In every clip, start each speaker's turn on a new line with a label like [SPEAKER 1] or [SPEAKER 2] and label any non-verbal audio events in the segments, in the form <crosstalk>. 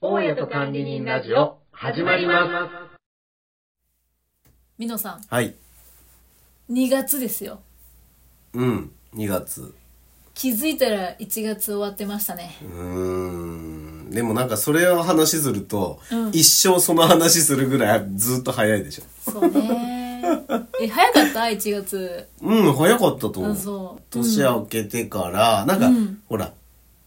[SPEAKER 1] 屋と管理人ラジオ、始まりま
[SPEAKER 2] みのさ
[SPEAKER 3] はい。
[SPEAKER 2] ん2月ですよ
[SPEAKER 3] うん。2月。
[SPEAKER 2] 気づいたら1月終わってましたね
[SPEAKER 3] うーん。でもなんかそれを話すると、
[SPEAKER 2] うん
[SPEAKER 3] 一生その話するぐらいずっと早いでしょ。
[SPEAKER 2] そうね
[SPEAKER 3] <laughs>
[SPEAKER 2] え早かった1月
[SPEAKER 3] うん、早かったと思
[SPEAKER 2] あ
[SPEAKER 3] う。
[SPEAKER 2] そう
[SPEAKER 3] 年明けてから、なんか、
[SPEAKER 2] うん
[SPEAKER 3] ほら、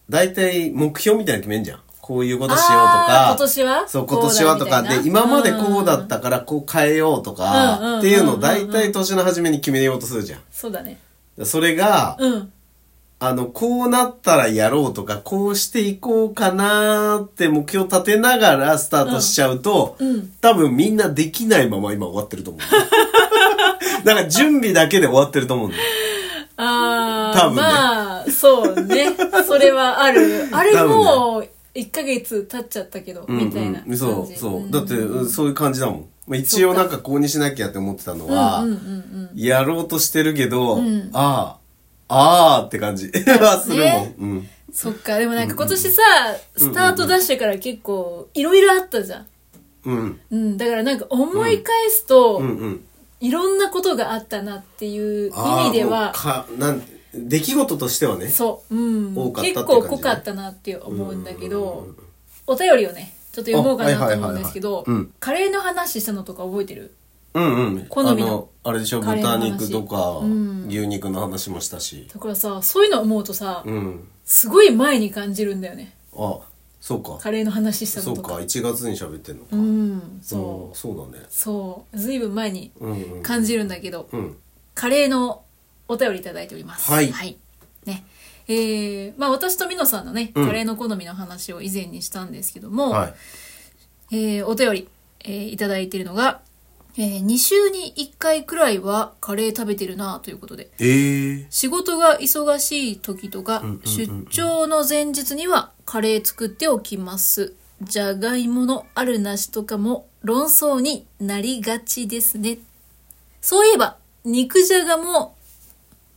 [SPEAKER 3] 大体目標みたいなの決めんじゃん。こういうことしようと
[SPEAKER 2] あー
[SPEAKER 3] か。
[SPEAKER 2] 今年は
[SPEAKER 3] そう、今年はとか。
[SPEAKER 2] こうだみたいな
[SPEAKER 3] で、今までこうだったからこう変えようと
[SPEAKER 2] うんうんうんうん
[SPEAKER 3] か、っていうのを大体年の初めに決めようとするじゃん。
[SPEAKER 2] そうだね
[SPEAKER 3] それが、
[SPEAKER 2] うん
[SPEAKER 3] あの、こうなったらやろうとか、こうしていこうかなーって目標立てながらスタートしちゃうと、
[SPEAKER 2] うんうん
[SPEAKER 3] 多分みんなできないまま今終わってると思う。
[SPEAKER 2] <laughs>
[SPEAKER 3] だから準備だけで終わってると思うんだよ。
[SPEAKER 2] ああ、
[SPEAKER 3] 多分ね
[SPEAKER 2] まあそうねそれはあるあれ
[SPEAKER 3] 多分ね
[SPEAKER 2] もう1ヶ月経っちゃったけど、みたいな
[SPEAKER 3] う
[SPEAKER 2] 感
[SPEAKER 3] んう
[SPEAKER 2] じ
[SPEAKER 3] ん、そう、そう。
[SPEAKER 2] ん
[SPEAKER 3] だって、うんそういう感じだもん。まあ、一応なんかこうにしなきゃって思ってたのは、
[SPEAKER 2] うんうんうん
[SPEAKER 3] やろうとしてるけど、
[SPEAKER 2] ん
[SPEAKER 3] ああ、ああって感じ <laughs> はするもん。
[SPEAKER 2] ね
[SPEAKER 3] うん。
[SPEAKER 2] そっかでもなんか今年さ、スタートダッシュから結構いろいろあったじゃん
[SPEAKER 3] うん。
[SPEAKER 2] うん、だからなんか思い返すと、
[SPEAKER 3] うんうん。
[SPEAKER 2] いろんなことがあったなっていう意味で
[SPEAKER 3] あ
[SPEAKER 2] は
[SPEAKER 3] あもうか、なん、出来事としてはね。
[SPEAKER 2] そう、うん、
[SPEAKER 3] 多かったって
[SPEAKER 2] 結
[SPEAKER 3] 感じ
[SPEAKER 2] 構濃かったなって思うんだけどお便りをねちょっと読もうか
[SPEAKER 3] あ
[SPEAKER 2] な
[SPEAKER 3] は
[SPEAKER 2] と
[SPEAKER 3] いはい
[SPEAKER 2] 思
[SPEAKER 3] は
[SPEAKER 2] う
[SPEAKER 3] い
[SPEAKER 2] ん
[SPEAKER 3] はい
[SPEAKER 2] ですけど
[SPEAKER 3] うん
[SPEAKER 2] カレーの話したのとか覚えてる
[SPEAKER 3] うんうん。
[SPEAKER 2] 好みの
[SPEAKER 3] ああれでしょ、
[SPEAKER 2] カレーの
[SPEAKER 3] 豚
[SPEAKER 2] 話
[SPEAKER 3] 肉とか、
[SPEAKER 2] うん
[SPEAKER 3] 牛肉の話もしたし。
[SPEAKER 2] だからさそういうの思うとさ、
[SPEAKER 3] うん。
[SPEAKER 2] すごい前に感じるんだよね
[SPEAKER 3] あ、そうか。
[SPEAKER 2] カレーの話した
[SPEAKER 3] そ
[SPEAKER 2] の
[SPEAKER 3] う
[SPEAKER 2] とか
[SPEAKER 3] か、1月に喋ってんのか。
[SPEAKER 2] う
[SPEAKER 3] うん
[SPEAKER 2] そう、
[SPEAKER 3] そうだね。
[SPEAKER 2] そうずいぶん前に
[SPEAKER 3] うんうん。
[SPEAKER 2] 感じるんだけど、
[SPEAKER 3] うん。
[SPEAKER 2] カレーのお便りいただいております。
[SPEAKER 3] はい
[SPEAKER 2] ね。えー、まあ私とミノさんのね、
[SPEAKER 3] うん
[SPEAKER 2] カレーの好みの話を以前にしたんですけども、
[SPEAKER 3] はい。
[SPEAKER 2] えーお便り、えーいただいているのが、え2週に1回くらいはカレー食べてるなということで、
[SPEAKER 3] ええ。
[SPEAKER 2] 仕事が忙しい時とか、出張の前日にはカレー作っておきます。じゃがいものあるなしとかも論争になりがちですね。そういえば、肉じゃがも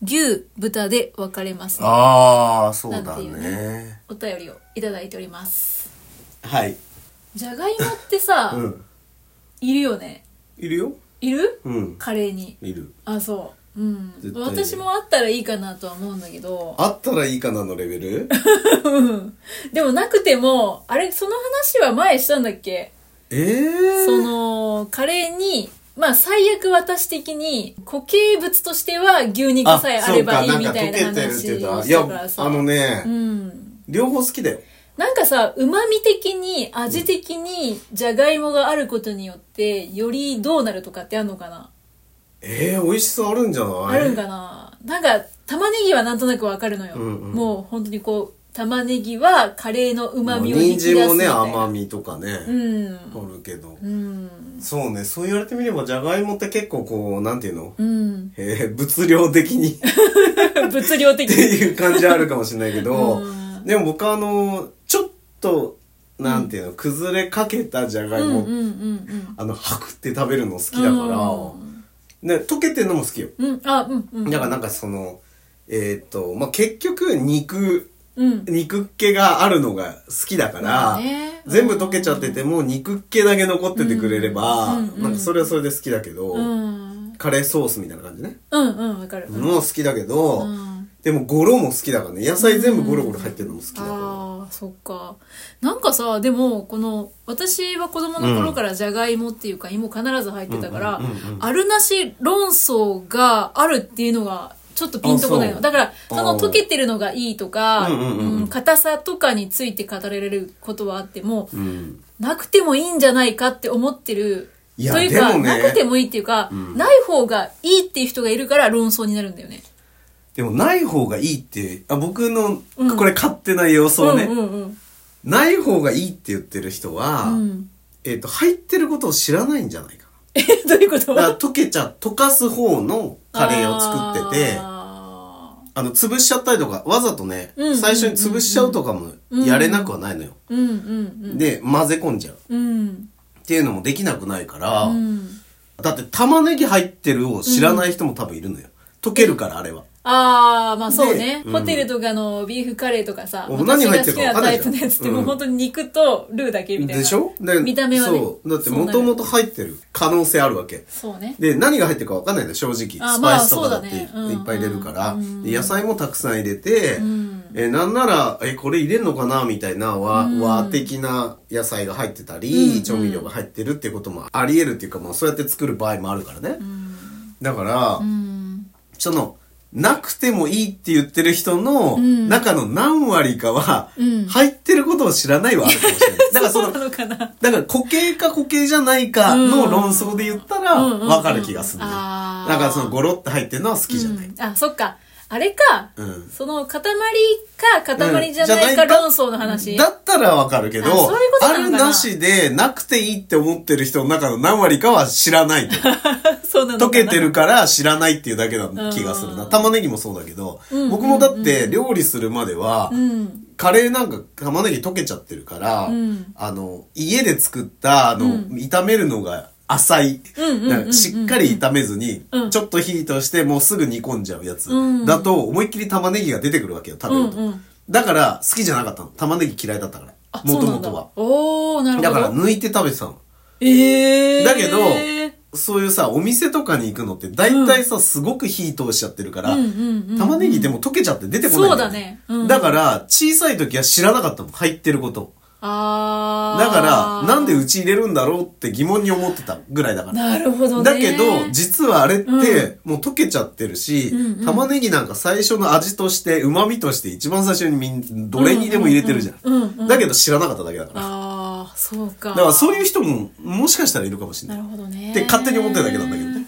[SPEAKER 2] 牛、豚で分かれますね。
[SPEAKER 3] ああ、そう
[SPEAKER 2] なん
[SPEAKER 3] だ
[SPEAKER 2] ていう
[SPEAKER 3] ね。
[SPEAKER 2] お便りをいただいております。
[SPEAKER 3] はい。
[SPEAKER 2] じゃがいもってさ、
[SPEAKER 3] うん。
[SPEAKER 2] いるよね。
[SPEAKER 3] いるよ。
[SPEAKER 2] いる、
[SPEAKER 3] うん。
[SPEAKER 2] カレーに。
[SPEAKER 3] いる。
[SPEAKER 2] あ、そう。うん。
[SPEAKER 3] 絶対いる
[SPEAKER 2] 私もあったらいいかなとは思うんだけど。
[SPEAKER 3] あったらいいかなのレ
[SPEAKER 2] <laughs>
[SPEAKER 3] ベル
[SPEAKER 2] うんでもなくても、あれ、その話は前したんだっけ
[SPEAKER 3] ええ。
[SPEAKER 2] その、カレーに、まあ最悪私的に固形物としては牛肉さえあればいいみたいな話をして
[SPEAKER 3] あそうかなんか溶けてるって言ってたい
[SPEAKER 2] たから
[SPEAKER 3] や、
[SPEAKER 2] さ。
[SPEAKER 3] あのね
[SPEAKER 2] う、ん。
[SPEAKER 3] 両方好きだよ。
[SPEAKER 2] なんかさ、旨味的に、味的に、じゃがいもがあることによって、よりどうなるとかってあるのかな、
[SPEAKER 3] ええ、美味しさあるんじゃな
[SPEAKER 2] あ
[SPEAKER 3] い
[SPEAKER 2] るんかななんか、玉ねぎはなんとなくわかるのよ。
[SPEAKER 3] うんうん
[SPEAKER 2] もう本当にこう、玉ねぎはカレーの旨味を引き出すみたい
[SPEAKER 3] 人参
[SPEAKER 2] な。
[SPEAKER 3] もね、甘みとかね。
[SPEAKER 2] うん。
[SPEAKER 3] あるけど、
[SPEAKER 2] うん。
[SPEAKER 3] そうねそう言われてみればじゃがいもって結構こうなんていうの、
[SPEAKER 2] うん。
[SPEAKER 3] えー物量的に <laughs> っ
[SPEAKER 2] 物量的
[SPEAKER 3] て
[SPEAKER 2] に。
[SPEAKER 3] いう感じはあるかもしれないけど、
[SPEAKER 2] うん
[SPEAKER 3] でも僕はあのちょっとなんていうの、崩れかけたじゃが
[SPEAKER 2] う
[SPEAKER 3] い
[SPEAKER 2] ん
[SPEAKER 3] も、
[SPEAKER 2] うんうん
[SPEAKER 3] あのはくって食べるの好
[SPEAKER 2] う
[SPEAKER 3] き
[SPEAKER 2] ん。
[SPEAKER 3] だから、
[SPEAKER 2] うん
[SPEAKER 3] ね、溶けてんのも好きよ
[SPEAKER 2] うん。あ、うんうん。
[SPEAKER 3] だからなんかそのえーっとまあ結局肉
[SPEAKER 2] うん。
[SPEAKER 3] 肉っ気があるのが好きだから、
[SPEAKER 2] まあね
[SPEAKER 3] 全部溶けちゃってても肉っ気だけ残っててくれれば、
[SPEAKER 2] うんうん
[SPEAKER 3] なんかそれはそれで好きだけど、
[SPEAKER 2] うん。
[SPEAKER 3] カレーソースみたいな感じね。
[SPEAKER 2] うんうん、わかる。うん
[SPEAKER 3] もう好きだけど、
[SPEAKER 2] あ
[SPEAKER 3] でもゴロも好きだからね。野菜全部ゴロゴロ入ってるのも好きだか
[SPEAKER 2] あー、そっか。なんかさ、でも、この、私は子供の頃からじゃがいもっていうか、芋必ず入ってたから
[SPEAKER 3] うんうんうんう、ん
[SPEAKER 2] あるなし論争があるっていうのが、ちょっとピンとこない
[SPEAKER 3] あそ
[SPEAKER 2] の。
[SPEAKER 3] う
[SPEAKER 2] だから、その
[SPEAKER 3] あー
[SPEAKER 2] 溶けてるのがいいとか、
[SPEAKER 3] うんうんうんうん
[SPEAKER 2] うん硬さとかについて語られることはあっても、
[SPEAKER 3] ら。うん。
[SPEAKER 2] なくてもいいんじゃないかって思ってる。
[SPEAKER 3] いや
[SPEAKER 2] というか、
[SPEAKER 3] でもね
[SPEAKER 2] なくてもいいっていうか、
[SPEAKER 3] ん
[SPEAKER 2] ない方がいいっていう人がいるから論争になるんだよね。
[SPEAKER 3] でもない方がいいって、あ僕の
[SPEAKER 2] うん、
[SPEAKER 3] これ勝手な予想ね、
[SPEAKER 2] うんうん
[SPEAKER 3] ない方がいいって言ってる人は、
[SPEAKER 2] うん。うん、 <laughs>
[SPEAKER 3] えっ、と、入ってることを知らないんじゃないか
[SPEAKER 2] え、どういうこと
[SPEAKER 3] な。だから溶けちゃ、溶かす方のカレーを作ってて、あ
[SPEAKER 2] あ
[SPEAKER 3] の、潰しちゃったりとか、わざとね、
[SPEAKER 2] うんうんうんうん
[SPEAKER 3] 最初に潰しちゃうとかもやれなくはないのよ。
[SPEAKER 2] ーうんうん
[SPEAKER 3] で、混ぜ込んじゃう。
[SPEAKER 2] うん。うん。
[SPEAKER 3] っていうのもできなくないから、
[SPEAKER 2] うん。
[SPEAKER 3] だって玉ねぎ入ってるを知らない人も多分いるのよ。溶けるからあれは。
[SPEAKER 2] ああ、まあそうね。
[SPEAKER 3] で
[SPEAKER 2] ホテルとかのビーフカレーとかさ、
[SPEAKER 3] うん
[SPEAKER 2] 私が好きなタイ
[SPEAKER 3] 何入って
[SPEAKER 2] プ
[SPEAKER 3] るか分かん
[SPEAKER 2] の
[SPEAKER 3] ないじゃん
[SPEAKER 2] やつって
[SPEAKER 3] うん
[SPEAKER 2] もう本当に肉とルーだけみたいな。
[SPEAKER 3] でしょで
[SPEAKER 2] 見た目はね。
[SPEAKER 3] そう。だって、もともと入ってる可能性あるわけ。
[SPEAKER 2] そうね。
[SPEAKER 3] で、何が入ってるか分かんないんだよ、正直。
[SPEAKER 2] あ
[SPEAKER 3] ス
[SPEAKER 2] ま
[SPEAKER 3] パ
[SPEAKER 2] あ
[SPEAKER 3] イスとかだっていっ
[SPEAKER 2] そうだねうん
[SPEAKER 3] ぱい入れるから。
[SPEAKER 2] うん
[SPEAKER 3] で野菜もたくさん入れて、
[SPEAKER 2] ん
[SPEAKER 3] えーなんなら、え、これ入れんのかなみたいな和、
[SPEAKER 2] うん
[SPEAKER 3] 和的な野菜が入ってた
[SPEAKER 2] うんうん
[SPEAKER 3] り、調味料が入ってるっていうこともあり得るっていうか、まあそうやって作る場合もあるからね。だから、
[SPEAKER 2] うん。
[SPEAKER 3] その、なくてもいいって言ってる人の
[SPEAKER 2] ん
[SPEAKER 3] 中の何割かは
[SPEAKER 2] うん、
[SPEAKER 3] 入ってることを知らないはあるか
[SPEAKER 2] <laughs>
[SPEAKER 3] もしれない。だからそ
[SPEAKER 2] そう
[SPEAKER 3] の
[SPEAKER 2] な、のかな。
[SPEAKER 3] だから固形か固形じゃないかの論争で言ったら
[SPEAKER 2] うんうんうん
[SPEAKER 3] 分かる気がするね。
[SPEAKER 2] あー
[SPEAKER 3] だからそのゴロって入ってるのは好きじゃない。
[SPEAKER 2] うんあ、そっか。あれか。
[SPEAKER 3] うん
[SPEAKER 2] その塊か塊じゃないか
[SPEAKER 3] うんじゃないか
[SPEAKER 2] 論争の話。
[SPEAKER 3] だったら分かるけど
[SPEAKER 2] あそういうこと
[SPEAKER 3] あ
[SPEAKER 2] なのか
[SPEAKER 3] る
[SPEAKER 2] な
[SPEAKER 3] なしでなくていいって思ってる人の中の何割かは知
[SPEAKER 2] <laughs>
[SPEAKER 3] らないと。
[SPEAKER 2] <laughs> そうなのかな。
[SPEAKER 3] 溶けてるから知らないっていうだけな気がする
[SPEAKER 2] う
[SPEAKER 3] な。
[SPEAKER 2] ん
[SPEAKER 3] 玉ねぎもそうだけど
[SPEAKER 2] うんうんうんう、ん
[SPEAKER 3] 僕もだって料理するまでは
[SPEAKER 2] う、ん。
[SPEAKER 3] カレーなんか玉ねぎ溶けちゃってるから、
[SPEAKER 2] うん
[SPEAKER 3] あの、家で作った、あの、
[SPEAKER 2] うん
[SPEAKER 3] 炒めるのが浅い。
[SPEAKER 2] うんうんうんうん
[SPEAKER 3] なんかしっかり炒めずに、
[SPEAKER 2] うん
[SPEAKER 3] ちょっと火としてもうすぐ煮込んじゃうやつ、
[SPEAKER 2] うん
[SPEAKER 3] だと思いっきり玉ねぎが出てくるわけよ、食べると。
[SPEAKER 2] うんうん
[SPEAKER 3] だから、好きじゃなかったの。玉ねぎ嫌いだったから。
[SPEAKER 2] あ、
[SPEAKER 3] も
[SPEAKER 2] そ
[SPEAKER 3] と
[SPEAKER 2] うな
[SPEAKER 3] も
[SPEAKER 2] んだ
[SPEAKER 3] とは。。
[SPEAKER 2] おー、なるほど。
[SPEAKER 3] だから、抜いて食べてたの。
[SPEAKER 2] えー。
[SPEAKER 3] だけどそういうさ、お店とかに行くのって大体さ、すごく火通しちゃってるから、
[SPEAKER 2] うんうんうんうん
[SPEAKER 3] 玉ねぎでも溶けちゃって出てこないんよ
[SPEAKER 2] そうだねうん
[SPEAKER 3] だから、小さい時は知らなかったの。入ってること。
[SPEAKER 2] あー。
[SPEAKER 3] だから、なんでうち入れるんだろうって疑問に思ってたぐらいだから。
[SPEAKER 2] なるほどね。
[SPEAKER 3] だけど、実はあれって、
[SPEAKER 2] う
[SPEAKER 3] もう溶けちゃってるし、
[SPEAKER 2] うんうん
[SPEAKER 3] 玉ねぎなんか最初の味として、旨味として一番最初にみん、どれにでも入れてるじゃん。
[SPEAKER 2] うんうんうんうん
[SPEAKER 3] だけど知らなかっただけだから。
[SPEAKER 2] あー、そうか。
[SPEAKER 3] だからそういう
[SPEAKER 2] う。
[SPEAKER 3] 人も、もしかしたらいるかもしれな。
[SPEAKER 2] ないるほどね。
[SPEAKER 3] って勝手に思ってるだけなんだけどね。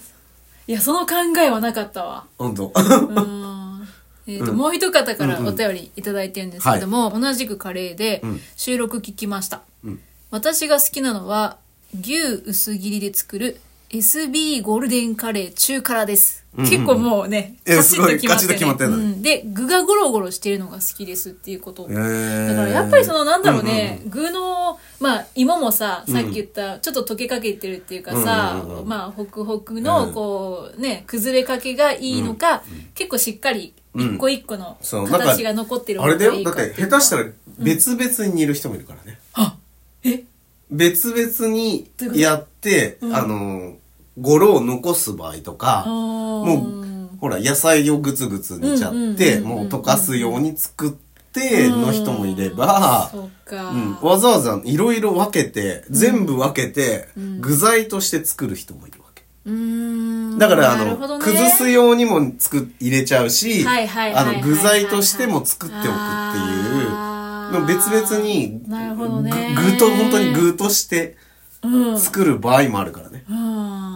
[SPEAKER 2] いや、その考えはなかったわ。
[SPEAKER 3] 本当。
[SPEAKER 2] うんえーと
[SPEAKER 3] うん
[SPEAKER 2] もう一方から
[SPEAKER 3] うんう
[SPEAKER 2] お
[SPEAKER 3] ん
[SPEAKER 2] 便りいただいてるんですけども、同じくカレーで
[SPEAKER 3] うん
[SPEAKER 2] 収録聞きました、
[SPEAKER 3] うん
[SPEAKER 2] 私が好きなのは牛薄切りで作る SB ゴールデンカレー中辛です、
[SPEAKER 3] うんうん
[SPEAKER 2] 結構もうね
[SPEAKER 3] え
[SPEAKER 2] カチッと決まって,、
[SPEAKER 3] すごいガチッと決まってん
[SPEAKER 2] う
[SPEAKER 3] のね
[SPEAKER 2] ん、で具がゴロゴロしてるのが好きですっていうこと、
[SPEAKER 3] <laughs> へー
[SPEAKER 2] だからやっぱりそのなんだろうね、具のまあ芋もささっき言ったちょっと溶けかけてるっていうかさ、
[SPEAKER 3] うんうんうんうん
[SPEAKER 2] まあホクホクの
[SPEAKER 3] うん
[SPEAKER 2] こうね崩れかけがいいのか、結構しっかり一個一個の
[SPEAKER 3] そうなんか
[SPEAKER 2] 形が残ってる
[SPEAKER 3] あれだ
[SPEAKER 2] い
[SPEAKER 3] よ。
[SPEAKER 2] い
[SPEAKER 3] だ
[SPEAKER 2] か
[SPEAKER 3] ってて
[SPEAKER 2] いう
[SPEAKER 3] 下手したら別々に煮る人もいるからね。
[SPEAKER 2] あえ
[SPEAKER 3] 別々に
[SPEAKER 2] どういうこと
[SPEAKER 3] やって、
[SPEAKER 2] うん
[SPEAKER 3] あの、語呂を残す場合とか、も
[SPEAKER 2] も
[SPEAKER 3] う、ほら、野菜をグツグツ煮ちゃって、
[SPEAKER 2] うんうんうんうん
[SPEAKER 3] もう溶かすように作っての人もいれば、
[SPEAKER 2] そうか、
[SPEAKER 3] うん、わざわざいろいろ分けて、全部分けて、具材として作る人もいるわけ。
[SPEAKER 2] うーん
[SPEAKER 3] だから、あ
[SPEAKER 2] なる
[SPEAKER 3] の、
[SPEAKER 2] ほどね
[SPEAKER 3] 崩すようにもつく入れちゃうし、
[SPEAKER 2] はいはいはい
[SPEAKER 3] あ
[SPEAKER 2] はいはい
[SPEAKER 3] の、具材としても作っておくっていう
[SPEAKER 2] あー
[SPEAKER 3] の別々に、
[SPEAKER 2] なるほどね
[SPEAKER 3] ぐ具と、本当に具として
[SPEAKER 2] うん
[SPEAKER 3] 作る場合もあるからね。
[SPEAKER 2] うん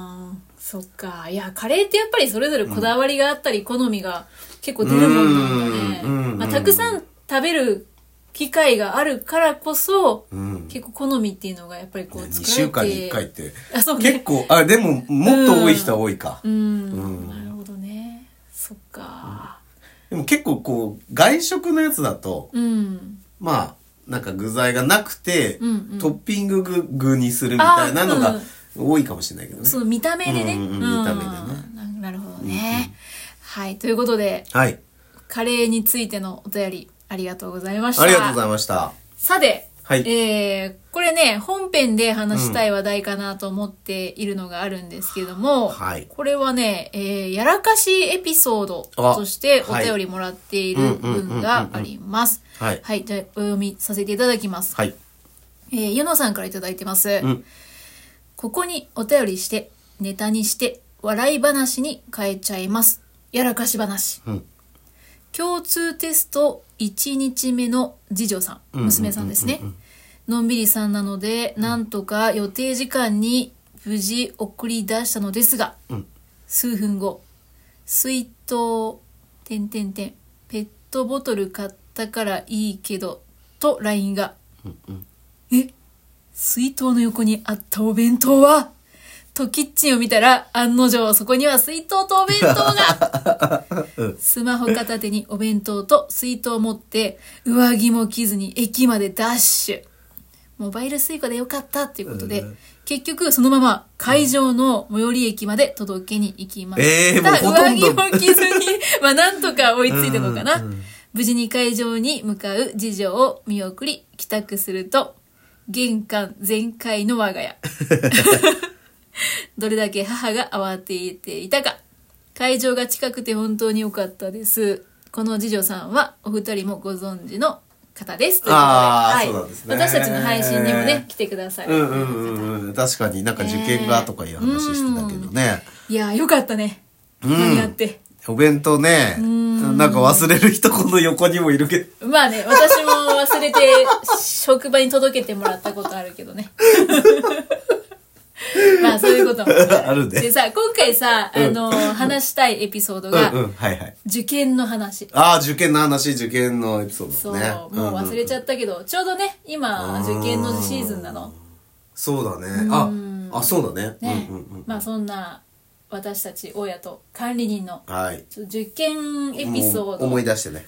[SPEAKER 2] そっかいやカレーってやっぱりそれぞれこだわりがあったり、好みが結構出るもんなんだね、
[SPEAKER 3] うんうん
[SPEAKER 2] まあ、たくさん食べる機会があるからこそ、
[SPEAKER 3] うん
[SPEAKER 2] 結構好みっていうのがやっぱりこう
[SPEAKER 3] 2
[SPEAKER 2] 作ら
[SPEAKER 3] 週
[SPEAKER 2] れて
[SPEAKER 3] 間に1回って。
[SPEAKER 2] あそうね
[SPEAKER 3] 結構、あ、でも、もっと多い人は多いか。
[SPEAKER 2] うん、
[SPEAKER 3] うん
[SPEAKER 2] なるほどねそっか
[SPEAKER 3] でも結構こう、外食のやつだと、
[SPEAKER 2] うん、
[SPEAKER 3] まあ、なんか具材がなくて、
[SPEAKER 2] うんうん
[SPEAKER 3] トッピング具具にするみたいなの
[SPEAKER 2] あ
[SPEAKER 3] が
[SPEAKER 2] ー
[SPEAKER 3] 多いかもしれないけどね
[SPEAKER 2] そ。の見た目でね、
[SPEAKER 3] うんうん見た目で
[SPEAKER 2] ねなるほどね、はいということで
[SPEAKER 3] はい。
[SPEAKER 2] カレーについてのお便りありがとうございました
[SPEAKER 3] ありがとうございました。
[SPEAKER 2] さて、
[SPEAKER 3] はい
[SPEAKER 2] えーこれね、本編で話したい話題かなと思っているのがあるんですけども、
[SPEAKER 3] はい
[SPEAKER 2] これはね、えーやらかしエピソードとしてお
[SPEAKER 3] あはい
[SPEAKER 2] 便りもらっている文があります。
[SPEAKER 3] うんうんうんうんはい
[SPEAKER 2] じゃあお読みさせていただきます。
[SPEAKER 3] はい。
[SPEAKER 2] えー、ゆのさんからいただいてます。
[SPEAKER 3] ん
[SPEAKER 2] ここにお便りして、ネタにして、笑い話に変えちゃいます。やらかし話。
[SPEAKER 3] うん
[SPEAKER 2] 共通テスト1日目の次女さん、娘さんですね。のんびりさんなので、なんとか予定時間に無事送り出したのですが、数分後、水筒、てんてんてん、ペットボトル買ったからいいけど、と LINE が、え水筒の横にあったお弁当はとキッチンを見たら案の定そこには水筒とお弁当がスマホ片手にお弁当と水筒を持って上着も着ずに駅までダッシュモバイル水庫でよかったっていうことで、結局そのまま会場の最寄り駅まで届けに行きました。
[SPEAKER 3] えーもうほとんど
[SPEAKER 2] 上着を着ずに、まあなんとか追いついてるのかな。
[SPEAKER 3] うんうんうん
[SPEAKER 2] 無事に会場に向かう次女を見送り、帰宅すると、玄関全開の我が家。 <laughs> どれだけ母が慌てていたか。会場が近くて本当に良かったです。この次女さんはお二人もご存知の方です。ということで
[SPEAKER 3] あー
[SPEAKER 2] はい、
[SPEAKER 3] そうなんですね
[SPEAKER 2] 私たちの配信にもね、来てくださる。
[SPEAKER 3] うんうんうんうん。確かになんか受験がとかいう話してたけどね。
[SPEAKER 2] いやー、よかったね。
[SPEAKER 3] うん
[SPEAKER 2] 間に合って。
[SPEAKER 3] お弁当ね、なんか忘れる人この横にもいるけど。
[SPEAKER 2] まあね、私も忘れて、職場に届けてもらったことあるけど
[SPEAKER 3] <laughs>
[SPEAKER 2] ね。まあ、そういうことも
[SPEAKER 3] <laughs> あるね
[SPEAKER 2] でさ、今回さ、あの、話したいエピソードが、
[SPEAKER 3] うんうん。はいはい。
[SPEAKER 2] 受験の話。
[SPEAKER 3] ああ、受験の話、受験のエピソー
[SPEAKER 2] そ
[SPEAKER 3] ド
[SPEAKER 2] う、
[SPEAKER 3] ね。
[SPEAKER 2] もう忘れち
[SPEAKER 3] っ
[SPEAKER 2] ゃったけど、ちょうどね、今、受験のシーズンなの。
[SPEAKER 3] そうだね。あ、あ、そうだね。
[SPEAKER 2] ね、
[SPEAKER 3] うんうん
[SPEAKER 2] まあ、そんな、私たち親と管理人の
[SPEAKER 3] うん。、はい。
[SPEAKER 2] ちょっと受験エピソー
[SPEAKER 3] もう思い
[SPEAKER 2] ド
[SPEAKER 3] 出してね。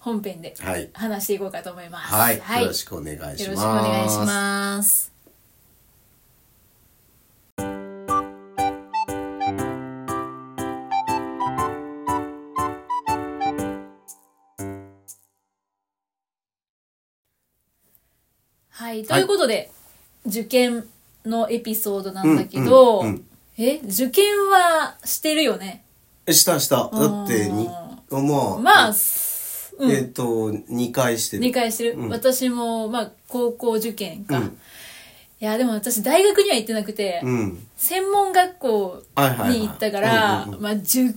[SPEAKER 2] 本編で
[SPEAKER 3] はい
[SPEAKER 2] 話していこうかと思います。
[SPEAKER 3] はい。よろしくお願いします。
[SPEAKER 2] よろしくお願いします。はい、ということで、受験のエピソードなんだけど、
[SPEAKER 3] うんうんうん
[SPEAKER 2] え、受験はしてるよね
[SPEAKER 3] す。したした。だって、に、もう、
[SPEAKER 2] まあ、すうん
[SPEAKER 3] えっと、2回して
[SPEAKER 2] 理
[SPEAKER 3] る。
[SPEAKER 2] 解してる、
[SPEAKER 3] うん
[SPEAKER 2] 私も、まあ、高校受験か、
[SPEAKER 3] うん
[SPEAKER 2] いやでも私大学には行ってなくて、
[SPEAKER 3] うん。
[SPEAKER 2] 専門学校
[SPEAKER 3] はいはいはい
[SPEAKER 2] に行ったから、
[SPEAKER 3] うんうんうん
[SPEAKER 2] まあ、受験っ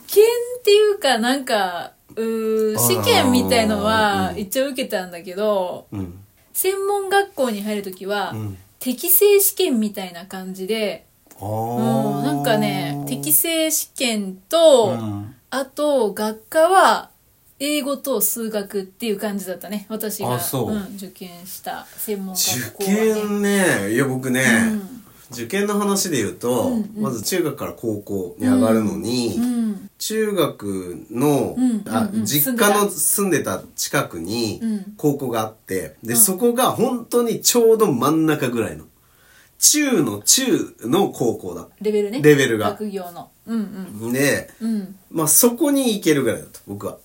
[SPEAKER 2] ていうかなんかうー
[SPEAKER 3] あー
[SPEAKER 2] 試験みたいのは
[SPEAKER 3] うん
[SPEAKER 2] 一応受けたんだけど、
[SPEAKER 3] うん。
[SPEAKER 2] 専門学校に入る時は、
[SPEAKER 3] うん
[SPEAKER 2] 適正試験みたいな感じで、
[SPEAKER 3] あ
[SPEAKER 2] うん、
[SPEAKER 3] ー
[SPEAKER 2] なんかね適正試験と、
[SPEAKER 3] うん
[SPEAKER 2] あと、学科は、英語と数学っていう感じだったね。私が、、
[SPEAKER 3] あそうん
[SPEAKER 2] 受験した専門学校
[SPEAKER 3] 受
[SPEAKER 2] は、ね。
[SPEAKER 3] 験ねいや僕ね、
[SPEAKER 2] うん
[SPEAKER 3] 受験の話で言うと、
[SPEAKER 2] うんうん
[SPEAKER 3] まず中学から高校に上がるのに、
[SPEAKER 2] うん。
[SPEAKER 3] 中学の、
[SPEAKER 2] うん
[SPEAKER 3] あ
[SPEAKER 2] うんうん
[SPEAKER 3] 実家の住んでた近くに
[SPEAKER 2] うん
[SPEAKER 3] 高校があって、で、そこが本当にちょうど真ん中ぐらいの中の中の高校だ
[SPEAKER 2] レベルね。
[SPEAKER 3] レベルが
[SPEAKER 2] 学業の。うん
[SPEAKER 3] で
[SPEAKER 2] うん。うん。
[SPEAKER 3] まあそこに行けるぐらいだった僕は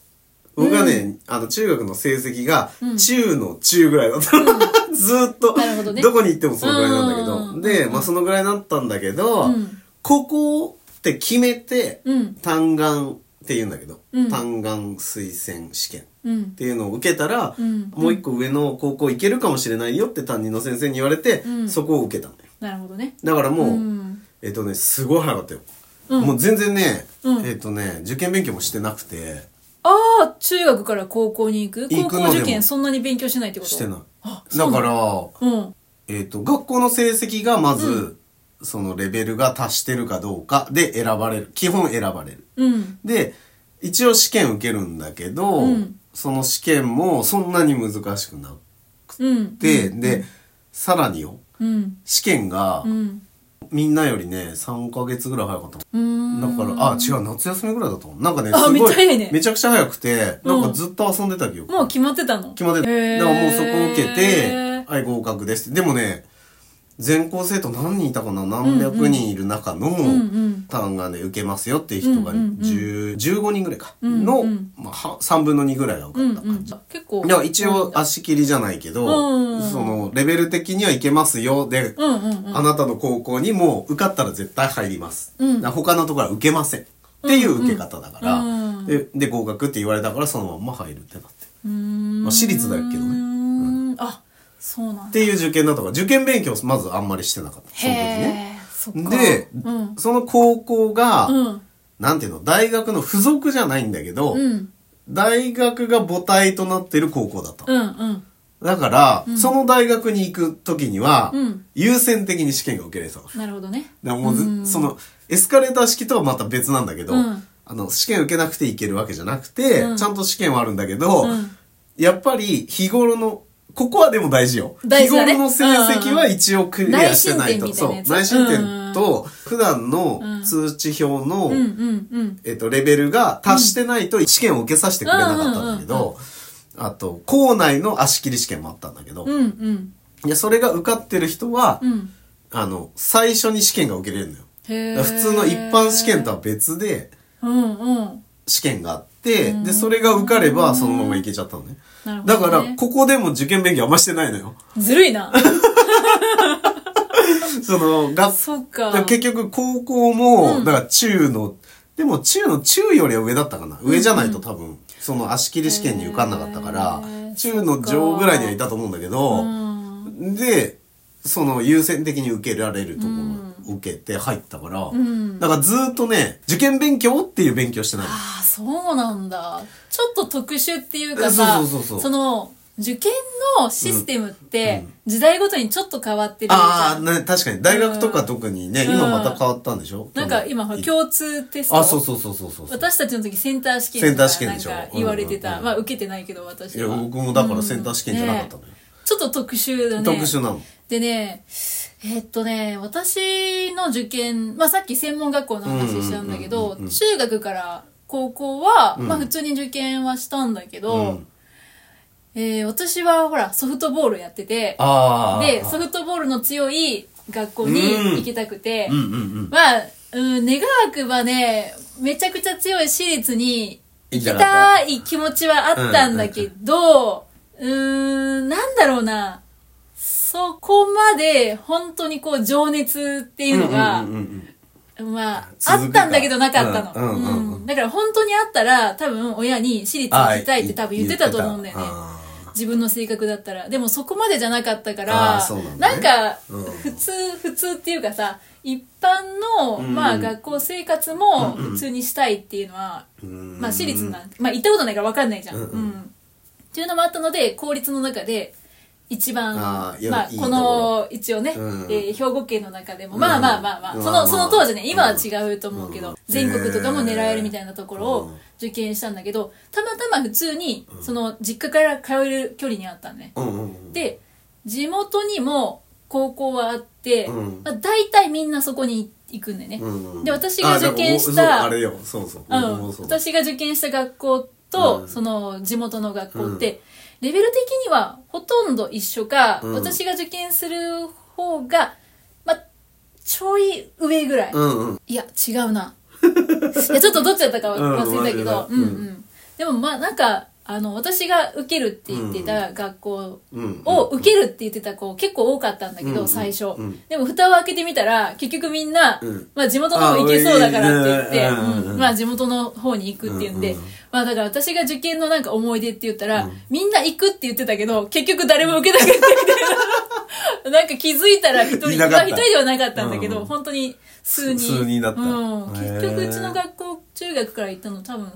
[SPEAKER 3] 僕はね、あの中学の成績が中の中ぐらいだった、 <laughs> ずーっと
[SPEAKER 2] なるほどね
[SPEAKER 3] こに行ってもそのぐらいなんだけ
[SPEAKER 2] うんうんうん
[SPEAKER 3] ど
[SPEAKER 2] う
[SPEAKER 3] で、
[SPEAKER 2] ん
[SPEAKER 3] まあ、そのぐらいだったんだけど、
[SPEAKER 2] うん
[SPEAKER 3] ここって決めて、
[SPEAKER 2] うん。
[SPEAKER 3] 単眼って言うんだけど、
[SPEAKER 2] うん
[SPEAKER 3] 単眼推薦試験っ
[SPEAKER 2] うん。
[SPEAKER 3] ていうのを受けたら、
[SPEAKER 2] うん
[SPEAKER 3] もう一個上の高校行けるかもしれないよって担任の先生に言われて、
[SPEAKER 2] ん
[SPEAKER 3] そこを受けたんだよ
[SPEAKER 2] なるほどね。
[SPEAKER 3] だからもう、
[SPEAKER 2] うん。
[SPEAKER 3] えっとねすごい早かったよ、
[SPEAKER 2] うん
[SPEAKER 3] もう全然ね、
[SPEAKER 2] うん
[SPEAKER 3] えっとね受験勉強もしてなくて
[SPEAKER 2] ああ、中学から高校に行く
[SPEAKER 3] 行
[SPEAKER 2] 高
[SPEAKER 3] くの
[SPEAKER 2] 校受
[SPEAKER 3] でも
[SPEAKER 2] 験そんなに勉強しないってこと。
[SPEAKER 3] してないいだから
[SPEAKER 2] うん。
[SPEAKER 3] えっと学校の成績がまず、そのレベルが達してるかどうかで選ばれる基本選ばれる
[SPEAKER 2] うん。
[SPEAKER 3] で一応試験受けるんだけど、
[SPEAKER 2] うん
[SPEAKER 3] その試験もそんなに難しくな
[SPEAKER 2] うん
[SPEAKER 3] く。て、でさらによ
[SPEAKER 2] うん。
[SPEAKER 3] 試験が
[SPEAKER 2] うん。
[SPEAKER 3] みんなよりね3ヶ月ぐらい早かったの
[SPEAKER 2] うーん。
[SPEAKER 3] だからあ違う夏休みぐらいだと思うなんかね
[SPEAKER 2] あ
[SPEAKER 3] す
[SPEAKER 2] めっ
[SPEAKER 3] ご
[SPEAKER 2] ちゃ早い
[SPEAKER 3] い
[SPEAKER 2] ね
[SPEAKER 3] めちゃくちゃ早くてなん
[SPEAKER 2] う
[SPEAKER 3] か
[SPEAKER 2] ん
[SPEAKER 3] ずっと遊んでた記憶
[SPEAKER 2] もう決まってたの
[SPEAKER 3] 決まってた
[SPEAKER 2] へー
[SPEAKER 3] だからもうそこを受けてはい合格ですってでもね全校生徒何人いたかな何百人いる中の、
[SPEAKER 2] うんうん。
[SPEAKER 3] 単眼で受けますよっていう人が
[SPEAKER 2] うんうんうん
[SPEAKER 3] 10 15人ぐらいか
[SPEAKER 2] ん
[SPEAKER 3] の、
[SPEAKER 2] うん
[SPEAKER 3] まあ、は3分の2ぐらいが受
[SPEAKER 2] う
[SPEAKER 3] か
[SPEAKER 2] ん
[SPEAKER 3] った
[SPEAKER 2] うん
[SPEAKER 3] 感じ。。
[SPEAKER 2] 結構。
[SPEAKER 3] いや一応足切りじゃないけど、
[SPEAKER 2] うん
[SPEAKER 3] そのレベル的にはいけますよで、
[SPEAKER 2] うんうんうん。
[SPEAKER 3] あなたの高校にもう受かったら絶対入ります、
[SPEAKER 2] うん
[SPEAKER 3] だから他のところは受けませんっていう受け方だから、
[SPEAKER 2] うん
[SPEAKER 3] でで合格って言われたからそのまんま入るってなって
[SPEAKER 2] うーん
[SPEAKER 3] まあ私立だけどね
[SPEAKER 2] うーんあそうなん
[SPEAKER 3] っ
[SPEAKER 2] だ
[SPEAKER 3] ていう受験だとか受験勉強まずあんまりしてなかったその時
[SPEAKER 2] へ
[SPEAKER 3] ね
[SPEAKER 2] えそっか
[SPEAKER 3] で、
[SPEAKER 2] うん
[SPEAKER 3] その高校が、
[SPEAKER 2] うん
[SPEAKER 3] なんていうの大学の付属じゃないんだけど、
[SPEAKER 2] うん
[SPEAKER 3] 大学が母体となってる高校だった。
[SPEAKER 2] うんうん
[SPEAKER 3] だから、その大学に行く時には、
[SPEAKER 2] うん
[SPEAKER 3] 優先的に試験が受けられたの。だか
[SPEAKER 2] なるほどね
[SPEAKER 3] らもうず、その、エスカレーター式とはまた別なんだけど、
[SPEAKER 2] うん
[SPEAKER 3] あの、試験受けなくていけるわけじゃなくて、
[SPEAKER 2] うん
[SPEAKER 3] ちゃんと試験はあるんだけど、
[SPEAKER 2] うん
[SPEAKER 3] やっぱり日頃の、ここはでも大事よ。
[SPEAKER 2] 大事だね
[SPEAKER 3] 日頃の成績は一応クリアしてないと。
[SPEAKER 2] 内申
[SPEAKER 3] そう
[SPEAKER 2] 点み。たいなや
[SPEAKER 3] 内
[SPEAKER 2] つ
[SPEAKER 3] 申点と、普段の
[SPEAKER 2] うん
[SPEAKER 3] 通知表の、
[SPEAKER 2] うんうんうん
[SPEAKER 3] えっと、レベルが達してないと試験を受けさせてくれなかったんだけ
[SPEAKER 2] うんうんうん
[SPEAKER 3] ど、あと、校内の足切り試験もあったんだけど
[SPEAKER 2] う、んうん
[SPEAKER 3] いや、それが受かってる人は
[SPEAKER 2] う、ん
[SPEAKER 3] あの、最初に試験が受けれるのよ。
[SPEAKER 2] へ
[SPEAKER 3] だ
[SPEAKER 2] え
[SPEAKER 3] から普通の一般試験とは別で
[SPEAKER 2] うんうん
[SPEAKER 3] 試験があって、で、それが受かればそのままいけちゃったのね。
[SPEAKER 2] なるほど
[SPEAKER 3] だ
[SPEAKER 2] ね
[SPEAKER 3] から、ここでも受験勉強あんましてないのよ。 <laughs>
[SPEAKER 2] ずるいな
[SPEAKER 3] その、学
[SPEAKER 2] そう
[SPEAKER 3] だから
[SPEAKER 2] か
[SPEAKER 3] 結局高校も、だから中の、でも中の中よりは上だったかな。上じゃないと多分、その足切り試験に受かんなかったから
[SPEAKER 2] へー、
[SPEAKER 3] 中の上ぐらいにはいたと思うんだけ
[SPEAKER 2] う、
[SPEAKER 3] ど
[SPEAKER 2] ん
[SPEAKER 3] で、その優先的に受けられるところを受けて入ったから、
[SPEAKER 2] ん
[SPEAKER 3] だからずーっとね、受験勉強っていう勉強してないの。
[SPEAKER 2] ああそうなんだちょっと特殊っていうか
[SPEAKER 3] え
[SPEAKER 2] さ
[SPEAKER 3] そうそうそうそう
[SPEAKER 2] の受験のシステムって時代ごとにちょっと変わってるじゃ
[SPEAKER 3] ああ、
[SPEAKER 2] ん、
[SPEAKER 3] ね、確かに。大学とか特にね、
[SPEAKER 2] うん
[SPEAKER 3] 今また変わったんでしょ
[SPEAKER 2] なんか今ほら
[SPEAKER 3] い
[SPEAKER 2] 共通テスト
[SPEAKER 3] あ、そうそうそうそうそう。
[SPEAKER 2] 私たちの時センター試験
[SPEAKER 3] センター試験でし
[SPEAKER 2] と
[SPEAKER 3] ょ
[SPEAKER 2] かなんか言われてた、
[SPEAKER 3] うんうんうん
[SPEAKER 2] まあ受けてないけど私
[SPEAKER 3] いや、
[SPEAKER 2] は
[SPEAKER 3] 僕もだからセンター試験じゃなかったのよ。
[SPEAKER 2] ちょっと特殊だね
[SPEAKER 3] 特殊なの。
[SPEAKER 2] でねえっとね私の受験、まあ、さっき専門学校の話したんだけ
[SPEAKER 3] うんうん
[SPEAKER 2] ど
[SPEAKER 3] うんうんうん
[SPEAKER 2] 中学から高校は、
[SPEAKER 3] うん
[SPEAKER 2] まあ、普通に受験はしたんだけど、
[SPEAKER 3] うん
[SPEAKER 2] えー私はほらソフトボールやってて
[SPEAKER 3] ああ。
[SPEAKER 2] でソフトボールの強い学校に行きたくて、
[SPEAKER 3] うんうんうん。
[SPEAKER 2] まあ、うん、願わくばね、めちゃくちゃ強い私立に行き
[SPEAKER 3] 行きたか
[SPEAKER 2] たい気持ちはあったんだけど、うーん、なんだろうな。そこまで本当にこう情熱っていうのが、
[SPEAKER 3] うんうんうん
[SPEAKER 2] まあ、あ
[SPEAKER 3] 続
[SPEAKER 2] っ
[SPEAKER 3] くか
[SPEAKER 2] たんだけどなかったの。
[SPEAKER 3] う
[SPEAKER 2] うん
[SPEAKER 3] うんうんうん
[SPEAKER 2] んだから本当にあったら多分親に私立行きたいって多分言ってたと思うんだよね。
[SPEAKER 3] あ
[SPEAKER 2] 自分の性格だったらでもそこまでじゃなかったか
[SPEAKER 3] あー
[SPEAKER 2] ら
[SPEAKER 3] そうなんだ
[SPEAKER 2] な
[SPEAKER 3] ね
[SPEAKER 2] んか
[SPEAKER 3] うん
[SPEAKER 2] 普通、普通っていうかさ一般の、
[SPEAKER 3] うん
[SPEAKER 2] まあ、学校生活も普通にしたいっていうのは、
[SPEAKER 3] ーうん
[SPEAKER 2] まあ、私立なんまあ行ったことないから分かんないじゃん。
[SPEAKER 3] うんうん
[SPEAKER 2] っていうのもあったので公立の中で一番
[SPEAKER 3] あーよ
[SPEAKER 2] まあ
[SPEAKER 3] いい、と
[SPEAKER 2] こ
[SPEAKER 3] ころ
[SPEAKER 2] の一応ね、
[SPEAKER 3] うん
[SPEAKER 2] えー兵庫県の中でも、
[SPEAKER 3] うん
[SPEAKER 2] まあまあまあまあ、
[SPEAKER 3] うん
[SPEAKER 2] そ
[SPEAKER 3] まあまあ
[SPEAKER 2] のその当時ね今は違うと思うけど、
[SPEAKER 3] うん
[SPEAKER 2] 全国とかも狙えるみたいなところ
[SPEAKER 3] う
[SPEAKER 2] を
[SPEAKER 3] ん
[SPEAKER 2] 受験したんだけどたまたま普通にその実家から通える距離にあったのね。
[SPEAKER 3] うんうんうん、
[SPEAKER 2] で地元にも高校はあって、
[SPEAKER 3] うん
[SPEAKER 2] まあ、大体みんなそこに行くんだよね。
[SPEAKER 3] うんうん
[SPEAKER 2] で私が受験した
[SPEAKER 3] あだからおそうあれよそうそう、
[SPEAKER 2] う
[SPEAKER 3] 僕
[SPEAKER 2] ん
[SPEAKER 3] もそうだ
[SPEAKER 2] 私が受験した学校と、
[SPEAKER 3] うん
[SPEAKER 2] その地元の学校って、レベル的にはほとんど一緒か、
[SPEAKER 3] うん
[SPEAKER 2] 私が受験する方が、ま、ちょい上ぐらい。
[SPEAKER 3] うんうん
[SPEAKER 2] いや、違うな。 <laughs> いや、ちょっとどっちだったか忘れたけど、う
[SPEAKER 3] う
[SPEAKER 2] んん
[SPEAKER 3] う
[SPEAKER 2] うんん。でも、まあ、なんか、あの、私が受けるって言ってた学校
[SPEAKER 3] うん
[SPEAKER 2] を受けるって言ってた子結構多かったんだけ
[SPEAKER 3] うんう
[SPEAKER 2] ど、
[SPEAKER 3] ん
[SPEAKER 2] 最初
[SPEAKER 3] うん。
[SPEAKER 2] でも、蓋を開けてみたら、結局みんな
[SPEAKER 3] うん、
[SPEAKER 2] まあ、地元の方行けそうだからって言
[SPEAKER 3] あ
[SPEAKER 2] っ
[SPEAKER 3] うん
[SPEAKER 2] てうん、まあ、地元の方に行くって言うん
[SPEAKER 3] う
[SPEAKER 2] で
[SPEAKER 3] んうん、
[SPEAKER 2] まあ、だから私が受験のなんか思い出って言ったら、みんな行くって言ってたけど、結局誰も受けなかったみたいな。 <laughs> なんか気づいたら一人、
[SPEAKER 3] い
[SPEAKER 2] ま
[SPEAKER 3] なかった
[SPEAKER 2] あ一人ではなかったんだけ
[SPEAKER 3] うんう
[SPEAKER 2] ど
[SPEAKER 3] ん、
[SPEAKER 2] 本当に数人
[SPEAKER 3] 数人だった
[SPEAKER 2] うん、
[SPEAKER 3] へー
[SPEAKER 2] 結局うちの学校中学から行ったの多分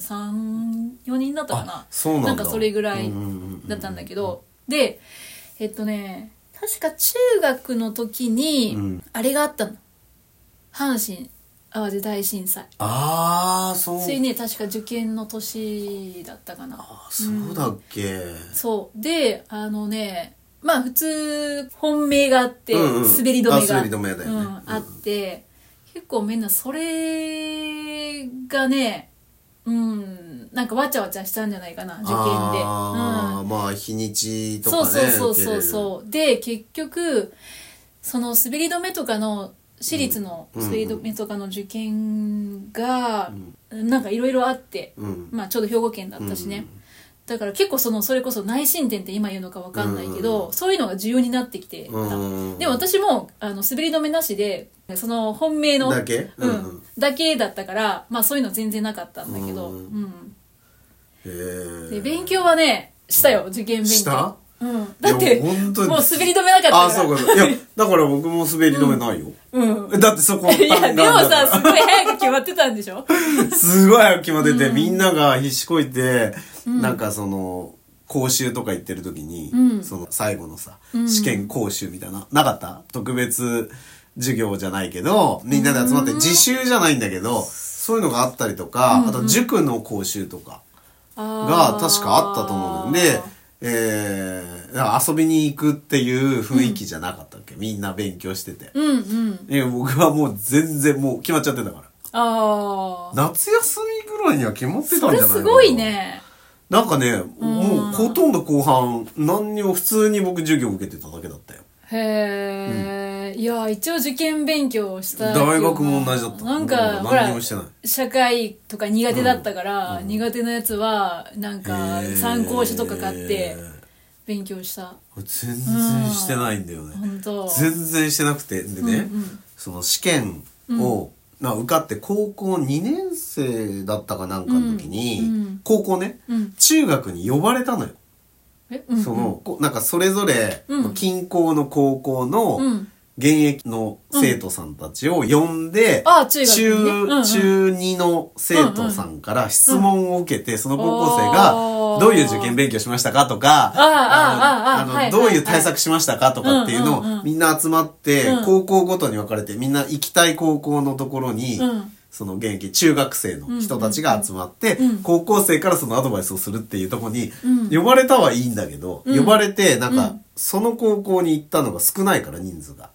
[SPEAKER 2] 34人だったかな
[SPEAKER 3] あそうなんだ
[SPEAKER 2] かそれぐらい
[SPEAKER 3] うんうんうん
[SPEAKER 2] だったんだけど、でえっとね確か中学の時に、
[SPEAKER 3] うん
[SPEAKER 2] あれがあったの阪神・淡路大震災
[SPEAKER 3] ああそう
[SPEAKER 2] ついね確か受験の年だったかな
[SPEAKER 3] あそうだっけ、
[SPEAKER 2] そうであのねまあ普通本命があって、
[SPEAKER 3] うんうん
[SPEAKER 2] 滑り止めが
[SPEAKER 3] あ滑り止めだよね
[SPEAKER 2] う
[SPEAKER 3] うん
[SPEAKER 2] ん、あって結構みんなそれがねうんなんかわちゃわちゃしたんじゃないかな受
[SPEAKER 3] ああ、
[SPEAKER 2] 験
[SPEAKER 3] まあ日にち
[SPEAKER 2] で、
[SPEAKER 3] と
[SPEAKER 2] うん、そうそ
[SPEAKER 3] か
[SPEAKER 2] う
[SPEAKER 3] ね
[SPEAKER 2] そうそうそうで結局その滑り止めとかの私立の
[SPEAKER 3] うんうん
[SPEAKER 2] 滑り止めとかの受験が、なんかいろいろあって、
[SPEAKER 3] 受けれるうん
[SPEAKER 2] まあ、ちょうど兵庫県だったしね、
[SPEAKER 3] うん
[SPEAKER 2] だから結構そのそれこそ内申点って今言うのか分かんないけど、そういうのが重要になってきてた、
[SPEAKER 3] うん
[SPEAKER 2] でも私もあの滑り止めなしでその本命の
[SPEAKER 3] だけ
[SPEAKER 2] うん
[SPEAKER 3] うんうん
[SPEAKER 2] だけだったから、まあ、そういうの全然なかったんだけど、
[SPEAKER 3] う
[SPEAKER 2] うんん
[SPEAKER 3] へー
[SPEAKER 2] で勉強はねしたよ受験勉強
[SPEAKER 3] した
[SPEAKER 2] うん、だって
[SPEAKER 3] いや本当に
[SPEAKER 2] もう滑り止めなかったから
[SPEAKER 3] あーそうかいやだから僕も滑り止めないよ、 <laughs>
[SPEAKER 2] うん、
[SPEAKER 3] だってそこ
[SPEAKER 2] いやでもさす
[SPEAKER 3] 弾丸
[SPEAKER 2] ごい早く決まってたんでしょ
[SPEAKER 3] <laughs> すごい悪気も出て、みんなが必死こいて、なんかその、講習とか行ってる時に、
[SPEAKER 2] ん
[SPEAKER 3] その最後のさ、試験講習みたいな、なかった特別授業じゃないけど、みんなで集まって、自習じゃないんだけど、そういうのがあったりとか、あと塾の講習とかが
[SPEAKER 2] あー
[SPEAKER 3] 確かあったと思うんで、えー、だから遊びに行くっていう雰囲気じゃなかったっけ、みんな勉強してて。
[SPEAKER 2] うんうん
[SPEAKER 3] いや、僕はもう全然もう決まっちゃってたから。
[SPEAKER 2] ああ
[SPEAKER 3] 夏休みぐらいには決まってたんじゃ
[SPEAKER 2] そ
[SPEAKER 3] ない
[SPEAKER 2] れ
[SPEAKER 3] かな
[SPEAKER 2] すごいね
[SPEAKER 3] なんかね、もうほとんど後半何にも普通に僕授業受けてただけだったよ
[SPEAKER 2] へえ、ねいや一応受験勉強をしたっていうのは
[SPEAKER 3] 大学も同じだった
[SPEAKER 2] なん
[SPEAKER 3] う
[SPEAKER 2] か
[SPEAKER 3] ん
[SPEAKER 2] ほら
[SPEAKER 3] 何にもしてない
[SPEAKER 2] 社会とか苦手だったから、苦手なやつはなんか
[SPEAKER 3] へー
[SPEAKER 2] 参考書とか買って勉強した
[SPEAKER 3] 全然してないんだよね、
[SPEAKER 2] 本当
[SPEAKER 3] 全然してなくてでね、その試験を、な受かって高校2年生だったかなんかの時に、高校ね、
[SPEAKER 2] うん
[SPEAKER 3] 中学に呼ばれたのよ、
[SPEAKER 2] えうん
[SPEAKER 3] そのこうなんかそれぞれ、
[SPEAKER 2] うん
[SPEAKER 3] 近郊の高校の、
[SPEAKER 2] うん
[SPEAKER 3] 現役の生徒さんたちを呼んで、
[SPEAKER 2] あ中学にねうんうん
[SPEAKER 3] 中2の生徒さんから質問を受けて、その高校生が
[SPEAKER 2] おー、
[SPEAKER 3] どういう受験勉強しましたかとか、
[SPEAKER 2] あああああ
[SPEAKER 3] の
[SPEAKER 2] はいはい
[SPEAKER 3] どういう対策しましたかとかっていうのを、
[SPEAKER 2] うんうんうん
[SPEAKER 3] みんな集まって、
[SPEAKER 2] うん
[SPEAKER 3] 高校ごとに分かれて、みんな行きたい高校のところに、
[SPEAKER 2] うん
[SPEAKER 3] その現役中学生の人たちが集まって、
[SPEAKER 2] うん
[SPEAKER 3] 高校生からそのアドバイスをするっていうところに、
[SPEAKER 2] うん
[SPEAKER 3] 呼ばれたはいいんだけど、
[SPEAKER 2] うん
[SPEAKER 3] 呼ばれてなんか、
[SPEAKER 2] うん
[SPEAKER 3] その高校に行ったのが少ないから人数が。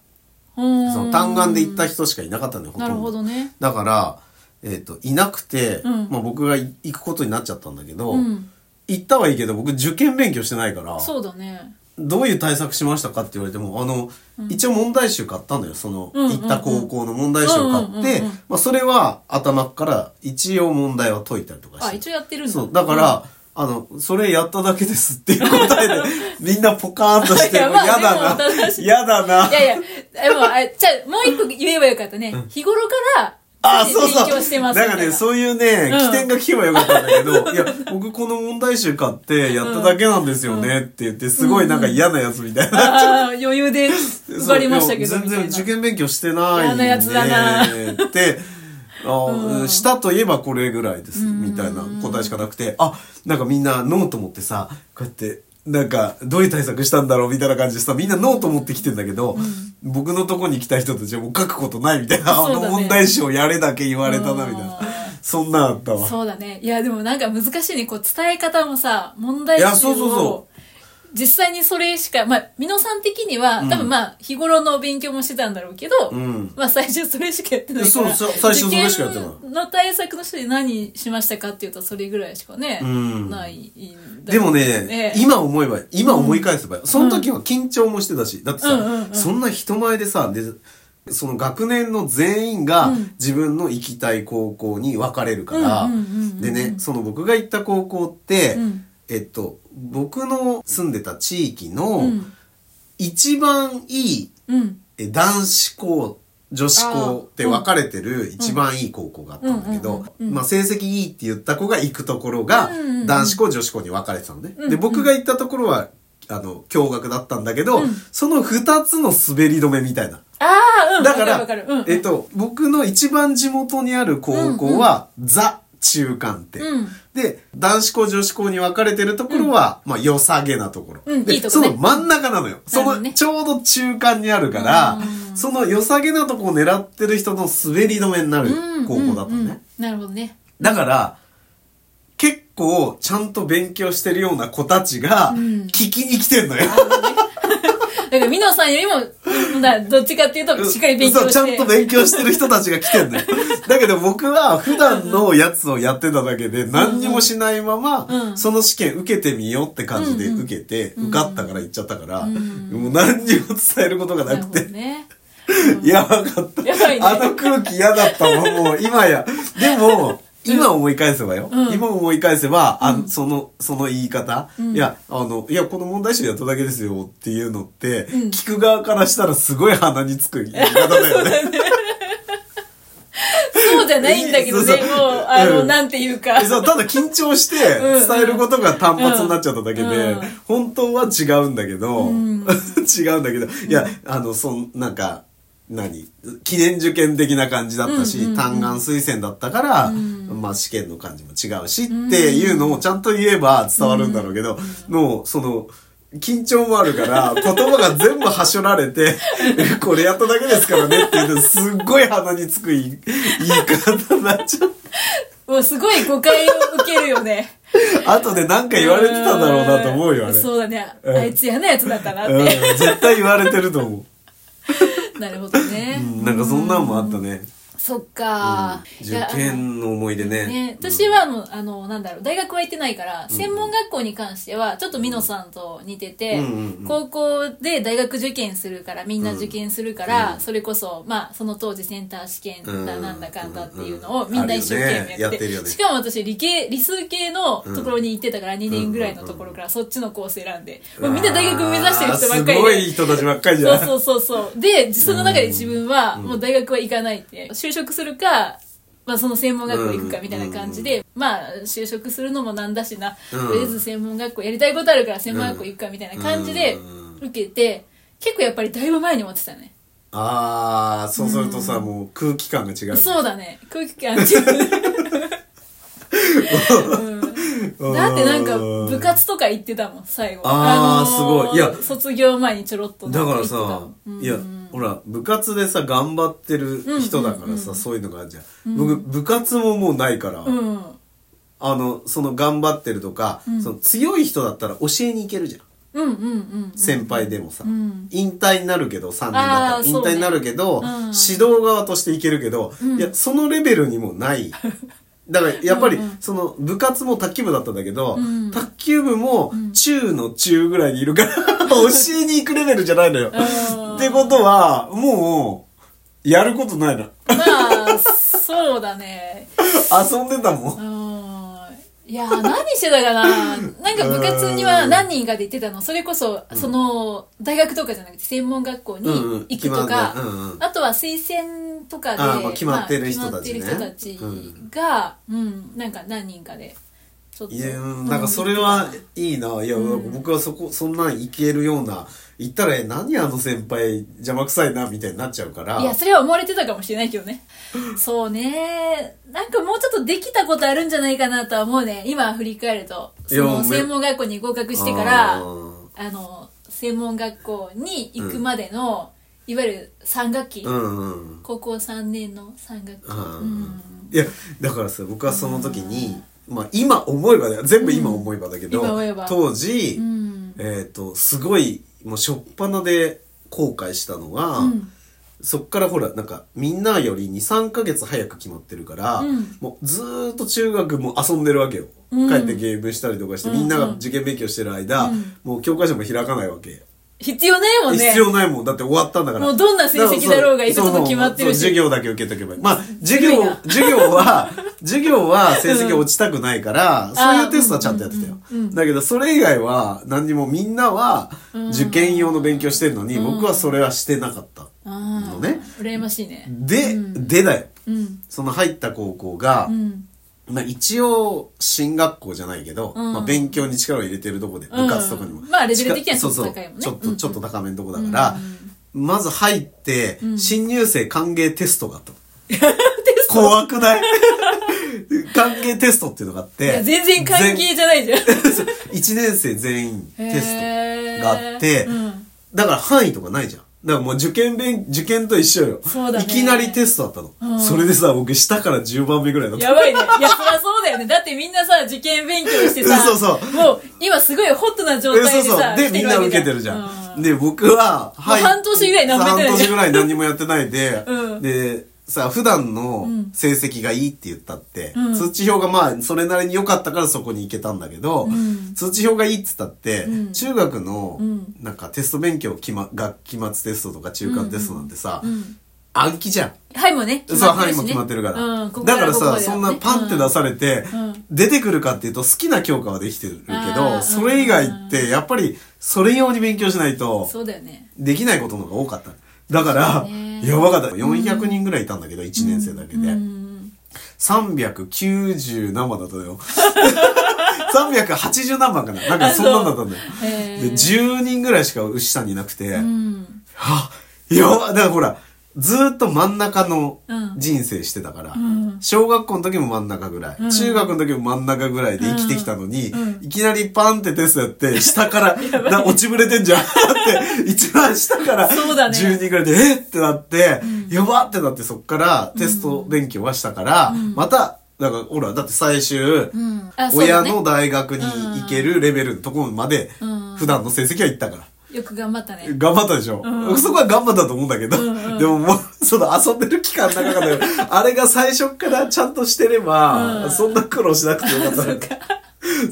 [SPEAKER 3] そ
[SPEAKER 2] そ
[SPEAKER 3] の単眼で行った人しかいなかったんだよ、ほと
[SPEAKER 2] なん
[SPEAKER 3] ど
[SPEAKER 2] るほどね
[SPEAKER 3] だから、えっといなくて、
[SPEAKER 2] うん
[SPEAKER 3] まあ、僕がい行くことになっちゃったんだけど、
[SPEAKER 2] うん
[SPEAKER 3] 行ったはいいけど僕受験勉強してないから
[SPEAKER 2] そうだね
[SPEAKER 3] どういう対策しましたかって言われてもあの、一応問題集買ったんだよその、
[SPEAKER 2] うんうんうん
[SPEAKER 3] 行った高校の問題集を買って、
[SPEAKER 2] うんうんうんうん
[SPEAKER 3] まあ、それは頭から一応問題は解いたりとかして
[SPEAKER 2] あ一応やってるんだ
[SPEAKER 3] そうだから、あの、それやっただけですっていう答
[SPEAKER 2] <laughs>
[SPEAKER 3] えで、みんなポカーンとして、
[SPEAKER 2] いや
[SPEAKER 3] もう
[SPEAKER 2] まあ
[SPEAKER 3] 嫌だ
[SPEAKER 2] でも
[SPEAKER 3] な
[SPEAKER 2] 正、しい
[SPEAKER 3] 嫌だな。
[SPEAKER 2] いやいや、でも、あ、じゃあもう一個言えばよかったね。日頃から、
[SPEAKER 3] あ、そうそう。
[SPEAKER 2] 勉強してますみた
[SPEAKER 3] なん
[SPEAKER 2] い
[SPEAKER 3] か
[SPEAKER 2] な。
[SPEAKER 3] ね、そういうね、
[SPEAKER 2] うん
[SPEAKER 3] 起点が聞けばよかったんだけど、
[SPEAKER 2] <laughs>
[SPEAKER 3] いや、僕この問題集買ってやっただけなんですよねって言って、すごいなんか嫌なやつみたいな。
[SPEAKER 2] あー余裕で受かりましたけ
[SPEAKER 3] そ
[SPEAKER 2] ど、
[SPEAKER 3] う
[SPEAKER 2] み
[SPEAKER 3] いや
[SPEAKER 2] たい
[SPEAKER 3] 全然
[SPEAKER 2] な。
[SPEAKER 3] 受験勉強してない
[SPEAKER 2] 嫌なやつだな
[SPEAKER 3] って、あしたといえばこれぐらいです、みたいな答えしかなくて、あ、なんかみんなノート持ってさ、こうやって、なんか、どういう対策したんだろうみたいな感じでさ、みんなノート持ってきてんだけど、僕のとこに来た人たちはもう書くことないみたいな、
[SPEAKER 2] そう
[SPEAKER 3] あ
[SPEAKER 2] だ
[SPEAKER 3] の
[SPEAKER 2] ね
[SPEAKER 3] 問題集をやれだけ言われたな、みた
[SPEAKER 2] う
[SPEAKER 3] いな
[SPEAKER 2] ん。
[SPEAKER 3] そんなんあったわ。
[SPEAKER 2] そうだね。いや、でもなんか難しいね。こう、伝え方もさ、問題
[SPEAKER 3] いや
[SPEAKER 2] 集
[SPEAKER 3] そうそう
[SPEAKER 2] を
[SPEAKER 3] そ、
[SPEAKER 2] 実際にそれしか、まあ、美濃さん的には、多分まあ、日頃の勉強もしてたんだろうけど、
[SPEAKER 3] ん
[SPEAKER 2] まあ、最初それしかやってないから。
[SPEAKER 3] そうそう最初それしかやってない
[SPEAKER 2] 受験の対策の人で何しましたかっていうと、それぐらいしかね、
[SPEAKER 3] ん
[SPEAKER 2] ないんだ
[SPEAKER 3] で
[SPEAKER 2] よ
[SPEAKER 3] もね、今思えば、今思い返せば、その時は緊張もしてたし、だってさ、
[SPEAKER 2] うんうんうん
[SPEAKER 3] そんな人前でさ、で、その学年の全員が
[SPEAKER 2] うん
[SPEAKER 3] 自分の行きたい高校に分かれるから
[SPEAKER 2] うんうんうんうん、
[SPEAKER 3] でね、その僕が行った高校って、
[SPEAKER 2] うん
[SPEAKER 3] えっと、僕の住んでた地域の
[SPEAKER 2] ん
[SPEAKER 3] 一番いい
[SPEAKER 2] うん。
[SPEAKER 3] え男子校女子校って分かれてる一番いい高校があったんだけど、まあ、成績いいって言った子が行くところが
[SPEAKER 2] うんうんうん
[SPEAKER 3] 男子校女子校に分かれてたのね。で僕が行ったところはあの共学だったんだけど、その2つの滑り止めみたいな。
[SPEAKER 2] ああ、うん。
[SPEAKER 3] だか
[SPEAKER 2] わわ
[SPEAKER 3] ら
[SPEAKER 2] かる、うん、
[SPEAKER 3] えっと、僕の一番地元にある高校は、ザ中間点、
[SPEAKER 2] うん
[SPEAKER 3] で、男子校女子校に分かれてるところは、まあ、良さげなところ。
[SPEAKER 2] うん
[SPEAKER 3] で
[SPEAKER 2] いいとこ
[SPEAKER 3] そ
[SPEAKER 2] ね
[SPEAKER 3] の真ん中なのよ。そ
[SPEAKER 2] なるほどね
[SPEAKER 3] の、ちょうど中間にあるから、その良さげなとこを狙ってる人の滑り止めになる高校だった
[SPEAKER 2] う
[SPEAKER 3] のね。
[SPEAKER 2] んうんうんなるほどね。
[SPEAKER 3] だから、結構、ちゃんと勉強してるような子たちが、聞きに来てんのよ。
[SPEAKER 2] だから、ミノさんよりも、うんだどっちかっていう <laughs> と、しっかり勉強して。
[SPEAKER 3] そうちゃんと勉強してる人たちが来て
[SPEAKER 2] <laughs>
[SPEAKER 3] んだよ。だけど僕は普段のやつをやってただけで、何にもしないまま、
[SPEAKER 2] うん
[SPEAKER 3] その試験受けてみようって感じで受けて、受かったから行っちゃったから、もう何にも伝えることが
[SPEAKER 2] な
[SPEAKER 3] な
[SPEAKER 2] る
[SPEAKER 3] く
[SPEAKER 2] ほど
[SPEAKER 3] て、
[SPEAKER 2] ね。
[SPEAKER 3] やばかった。
[SPEAKER 2] やばいね
[SPEAKER 3] あの空気嫌だったもん、もう今や。でも、今思い返せばよ。
[SPEAKER 2] うん
[SPEAKER 3] 今思い返せば、あの、その、その言い方、
[SPEAKER 2] ん
[SPEAKER 3] いや、あの、いや、この問題集やっただけですよっていうのって、
[SPEAKER 2] ん
[SPEAKER 3] 聞く側からしたらすごい鼻につく言い方だよね。
[SPEAKER 2] そうじゃないんだけどね、
[SPEAKER 3] そうそう
[SPEAKER 2] もう、あの、
[SPEAKER 3] うん
[SPEAKER 2] なんていうか。
[SPEAKER 3] そうただ緊張して伝えることが単発になっちゃっただけで、
[SPEAKER 2] うんうん
[SPEAKER 3] 本当は違うんだけど、 <laughs> 違うんだけど、いやあのそんなんか何記念受験的な感じだったし、単眼推薦だったから、まあ、試験の感じも違うしっていうのをちゃんと言えば伝わるんだろうけど、もうその。緊張もあるから、言葉が全部はしょられて、 <laughs> これやっただけですからねっていうの、すっごい鼻につく言い言い方になっちゃう。
[SPEAKER 2] もう、すごい誤解を受けるよね。
[SPEAKER 3] <laughs> あとで何か言われてたんだろうなと思うよ、あれ。
[SPEAKER 2] そうだね。
[SPEAKER 3] うん
[SPEAKER 2] あいつ嫌なやつだったなっ
[SPEAKER 3] うん、
[SPEAKER 2] て。
[SPEAKER 3] 絶対言われてると思
[SPEAKER 2] <laughs> なるほどね
[SPEAKER 3] う。。なんかそんなんもあったね。
[SPEAKER 2] そっか、い
[SPEAKER 3] 受
[SPEAKER 2] や
[SPEAKER 3] 験の思い出ね。
[SPEAKER 2] ね、
[SPEAKER 3] うん
[SPEAKER 2] 私はもう、あの、なんだろう、大学は行ってないから、専門学校に関しては、ちょっとミノさんと似てて、
[SPEAKER 3] うんうんうん
[SPEAKER 2] 高校で大学受験するから、みんな受験するから、それこそ、まあ、その当時センター試験
[SPEAKER 3] うん
[SPEAKER 2] だなんだかんだっていう
[SPEAKER 3] うん
[SPEAKER 2] の
[SPEAKER 3] う
[SPEAKER 2] を、
[SPEAKER 3] ん
[SPEAKER 2] みんな一生懸命や
[SPEAKER 3] あ
[SPEAKER 2] っ
[SPEAKER 3] るよねやって
[SPEAKER 2] て、
[SPEAKER 3] るよね
[SPEAKER 2] しかも私、理系、理数系のところに行ってたから、2年ぐらいのところから、そっちのコース選んで、もうみんな大学目指してる人ばっかりで。
[SPEAKER 3] うわーすごい人たちばっかりじゃん。
[SPEAKER 2] そうそうそうそう。で、その中で自分は、もう大学は行かないって、就職するか、まあその専門学校行くかみたいな感じで、まあ就職するのもなんだしな、
[SPEAKER 3] うん
[SPEAKER 2] とりあえず専門学校やりたいことあるから専門学校行くかみたいな感じで
[SPEAKER 3] うん
[SPEAKER 2] 受けて、結構やっぱりだいぶ前に思ってたね。
[SPEAKER 3] ああ、そうするとさ、もう空気感が違う。
[SPEAKER 2] そうだね。空気感
[SPEAKER 3] <laughs>
[SPEAKER 2] じ。うんだってなんか部活とか行ってたもん、最後。
[SPEAKER 3] あーすごいいや
[SPEAKER 2] 卒業前にちょろっとなん
[SPEAKER 3] だか
[SPEAKER 2] 行っ
[SPEAKER 3] ら
[SPEAKER 2] てた
[SPEAKER 3] さ
[SPEAKER 2] もん、
[SPEAKER 3] いや、ほら、部活でさ、頑張ってる人だからさ、そういうのがあるじゃん。僕、部活ももうないから、
[SPEAKER 2] うん。
[SPEAKER 3] あの、その頑張ってるとか、その強い人だったら教えに行けるじゃん。
[SPEAKER 2] うんうんうん。
[SPEAKER 3] 先輩でもさ、
[SPEAKER 2] ん
[SPEAKER 3] 引退になるけど、3年だった
[SPEAKER 2] あ
[SPEAKER 3] ら
[SPEAKER 2] ー
[SPEAKER 3] 引
[SPEAKER 2] そうね
[SPEAKER 3] 退になるけど、
[SPEAKER 2] うん
[SPEAKER 3] 指導側としていけるけど、いや、そのレベルにも
[SPEAKER 2] <laughs>
[SPEAKER 3] ない。だから、やっぱり、その、部活も卓球部だったんだけど、
[SPEAKER 2] ん
[SPEAKER 3] 卓球部も、中の中ぐらいにい
[SPEAKER 2] <laughs>
[SPEAKER 3] るから、教えに行くレベルじゃないのよ。
[SPEAKER 2] うん
[SPEAKER 3] ってことは、もう、やることないな。
[SPEAKER 2] まあ、そうだね。
[SPEAKER 3] 遊んでたも。
[SPEAKER 2] うんん。いやー、何してたかななんか部活には何人かで行ってたの。それこそ、その、大学とかじゃなくて専門学校に
[SPEAKER 3] うんうん
[SPEAKER 2] 行くとか
[SPEAKER 3] 決まるねうんう、ん
[SPEAKER 2] あとは推薦とかで、
[SPEAKER 3] あーまあ決まってる人
[SPEAKER 2] まあ
[SPEAKER 3] たちね
[SPEAKER 2] 決まってる人たちが、うん、なんか何人かで、ちょっと。
[SPEAKER 3] いや、なんかそれはいいな。いや、僕はそこ、そんなんいけるような、行ったら、え何あの先輩邪魔くさいな、みたいになっちゃうから。
[SPEAKER 2] いや、それは思われてたかもしれないけどね。そうね。なんかもうちょっとできたことあるんじゃないかなとは思うね。今振り返ると。そ
[SPEAKER 3] いやもう
[SPEAKER 2] の
[SPEAKER 3] め
[SPEAKER 2] 専門学校に合格してから、
[SPEAKER 3] あ
[SPEAKER 2] あ
[SPEAKER 3] ー
[SPEAKER 2] の、専門学校に行くまでの、いわゆる3学期。
[SPEAKER 3] うんうん。
[SPEAKER 2] 高校3年の3学期。
[SPEAKER 3] あー
[SPEAKER 2] うん
[SPEAKER 3] いや、だからさ、僕はその時に、まあ今思えばだよ。全部今思えばだけど、
[SPEAKER 2] うん今思えば
[SPEAKER 3] 当時、
[SPEAKER 2] うん
[SPEAKER 3] えっ、と、すごい、もう初っ端で後悔したのは、
[SPEAKER 2] うん
[SPEAKER 3] そっからほら、なんか、みんなより2、3ヶ月早く決まってるから、
[SPEAKER 2] うん
[SPEAKER 3] もうずーっと中学も遊んでるわけよ。
[SPEAKER 2] うん
[SPEAKER 3] 帰ってゲームしたりとかして、みんなが受験勉強してる間、
[SPEAKER 2] うん
[SPEAKER 3] もう教科書も開かないわけ。
[SPEAKER 2] 必要ないもんね。
[SPEAKER 3] 必要ないもん。だって終わったんだから。
[SPEAKER 2] もうどんな成績だろうが行くこと決まってるし
[SPEAKER 3] そうそうそう授業だけ受けとけばいい。まあ、授
[SPEAKER 2] ず
[SPEAKER 3] 業
[SPEAKER 2] るいな、
[SPEAKER 3] 授業は、 <laughs> 授業は成績落ちたくないから、そういうテストはちゃんとやってたよ。だけど、それ以外は、何にもみんなは、受験用の勉強してるのに、僕はそれはしてなかった。
[SPEAKER 2] あ
[SPEAKER 3] の
[SPEAKER 2] ー
[SPEAKER 3] ね。
[SPEAKER 2] 羨ましいね。
[SPEAKER 3] で、でだよ。
[SPEAKER 2] うん。
[SPEAKER 3] その入った高校が、
[SPEAKER 2] うん。
[SPEAKER 3] まあ一応、進学校じゃないけど、
[SPEAKER 2] うん
[SPEAKER 3] まあ勉強に力を入れてるとこで、
[SPEAKER 2] うん
[SPEAKER 3] 部活とかにも。
[SPEAKER 2] まあレベル的には
[SPEAKER 3] そうそう
[SPEAKER 2] ちょっと高いもんね
[SPEAKER 3] ちょっ
[SPEAKER 2] うん
[SPEAKER 3] と、
[SPEAKER 2] うん
[SPEAKER 3] ちょっと高めのとこだから、まず入って、新入生歓迎テストがあったの。怖
[SPEAKER 2] <laughs>
[SPEAKER 3] くない歓迎テストっていうのがあっ
[SPEAKER 2] いや
[SPEAKER 3] て。
[SPEAKER 2] 全然関係じゃないじゃん。
[SPEAKER 3] 1年生全員テス
[SPEAKER 2] へー
[SPEAKER 3] トがあって、
[SPEAKER 2] うん
[SPEAKER 3] だから範囲とかないじゃん。だからもう受験勉、受験と一緒よ。
[SPEAKER 2] そうだね
[SPEAKER 3] いきなりテストだったの。それでさ、僕下から10番目ぐらいだった。
[SPEAKER 2] やばいね。いや、そりゃそうだよね。だってみんなさ、受験勉強してさ、
[SPEAKER 3] そうそう
[SPEAKER 2] もう今すごいホットな状
[SPEAKER 3] え
[SPEAKER 2] 態で
[SPEAKER 3] そうそ
[SPEAKER 2] さ、
[SPEAKER 3] う。で、
[SPEAKER 2] 来て
[SPEAKER 3] みん
[SPEAKER 2] る
[SPEAKER 3] な
[SPEAKER 2] わけ
[SPEAKER 3] 受
[SPEAKER 2] じゃ
[SPEAKER 3] けてるじ
[SPEAKER 2] う
[SPEAKER 3] ゃん。で、僕は、は
[SPEAKER 2] 半年ぐらい何もやってない
[SPEAKER 3] 半年ぐらい何もやってないで
[SPEAKER 2] <laughs> う、ん
[SPEAKER 3] で、さ、普段の成績がいいって言ったって、通知表がまあ、それなりに良かったからそこに行けたんだけど、通知表がいいって言ったって、中学の、なんかテスト勉強、期末学期末テストとか中間テストなんてさ、暗記じゃん。
[SPEAKER 2] はいもね、決
[SPEAKER 3] そう、
[SPEAKER 2] まってる
[SPEAKER 3] 範囲
[SPEAKER 2] し
[SPEAKER 3] も
[SPEAKER 2] ね
[SPEAKER 3] 決まってるから。
[SPEAKER 2] うん、ここ
[SPEAKER 3] だから
[SPEAKER 2] ここま
[SPEAKER 3] さ、
[SPEAKER 2] でだ
[SPEAKER 3] そ
[SPEAKER 2] も
[SPEAKER 3] ん
[SPEAKER 2] ね
[SPEAKER 3] なパンって出されて、
[SPEAKER 2] うん
[SPEAKER 3] 出てくるかっていうと、好きな教科はできてるけ
[SPEAKER 2] あー
[SPEAKER 3] ど、それ以外って、やっぱり、それ用に勉強しな
[SPEAKER 2] う
[SPEAKER 3] い
[SPEAKER 2] ん
[SPEAKER 3] と、
[SPEAKER 2] そうだよね。
[SPEAKER 3] できないことの方が多かった。だから、
[SPEAKER 2] ね
[SPEAKER 3] やばかった。400人ぐらいいたんだけど、1年生だけで。
[SPEAKER 2] うん。
[SPEAKER 3] 390何番だっ
[SPEAKER 2] <laughs>
[SPEAKER 3] たのよ。380何番かななんかそんなんだったんだよ。
[SPEAKER 2] へ
[SPEAKER 3] で、10人ぐらいしか牛さんにいなくて、
[SPEAKER 2] うん。
[SPEAKER 3] はっやばだからほら、ずーっと真ん中の
[SPEAKER 2] うん
[SPEAKER 3] 人生してたから、
[SPEAKER 2] ん
[SPEAKER 3] 小学校の時も真ん中ぐらい、
[SPEAKER 2] ん
[SPEAKER 3] 中学の時も真ん中ぐらいで生きてきたのに、
[SPEAKER 2] うんうん
[SPEAKER 3] いきなりパンってテストやって、下から、
[SPEAKER 2] <laughs>
[SPEAKER 3] な落ちぶれてんじゃんって、一番下から、
[SPEAKER 2] そうだね
[SPEAKER 3] 10人ぐらいで、えっってなって、やばってなって、そっからテスト勉強はしたから、また、だからほら、だって最終、
[SPEAKER 2] うん。あ、そう
[SPEAKER 3] 親
[SPEAKER 2] だね
[SPEAKER 3] の。大学に行けるレベルのところまで
[SPEAKER 2] うん、
[SPEAKER 3] 普段の成績は行ったから。
[SPEAKER 2] よく頑張ったね。
[SPEAKER 3] 頑張ったでしょ、そこは頑張ったと思うんだけど、でももう、その遊んでる期間の中で、 <laughs> あれが最初からちゃんとしてれば、
[SPEAKER 2] うん
[SPEAKER 3] そんな苦労しなくてよかったのに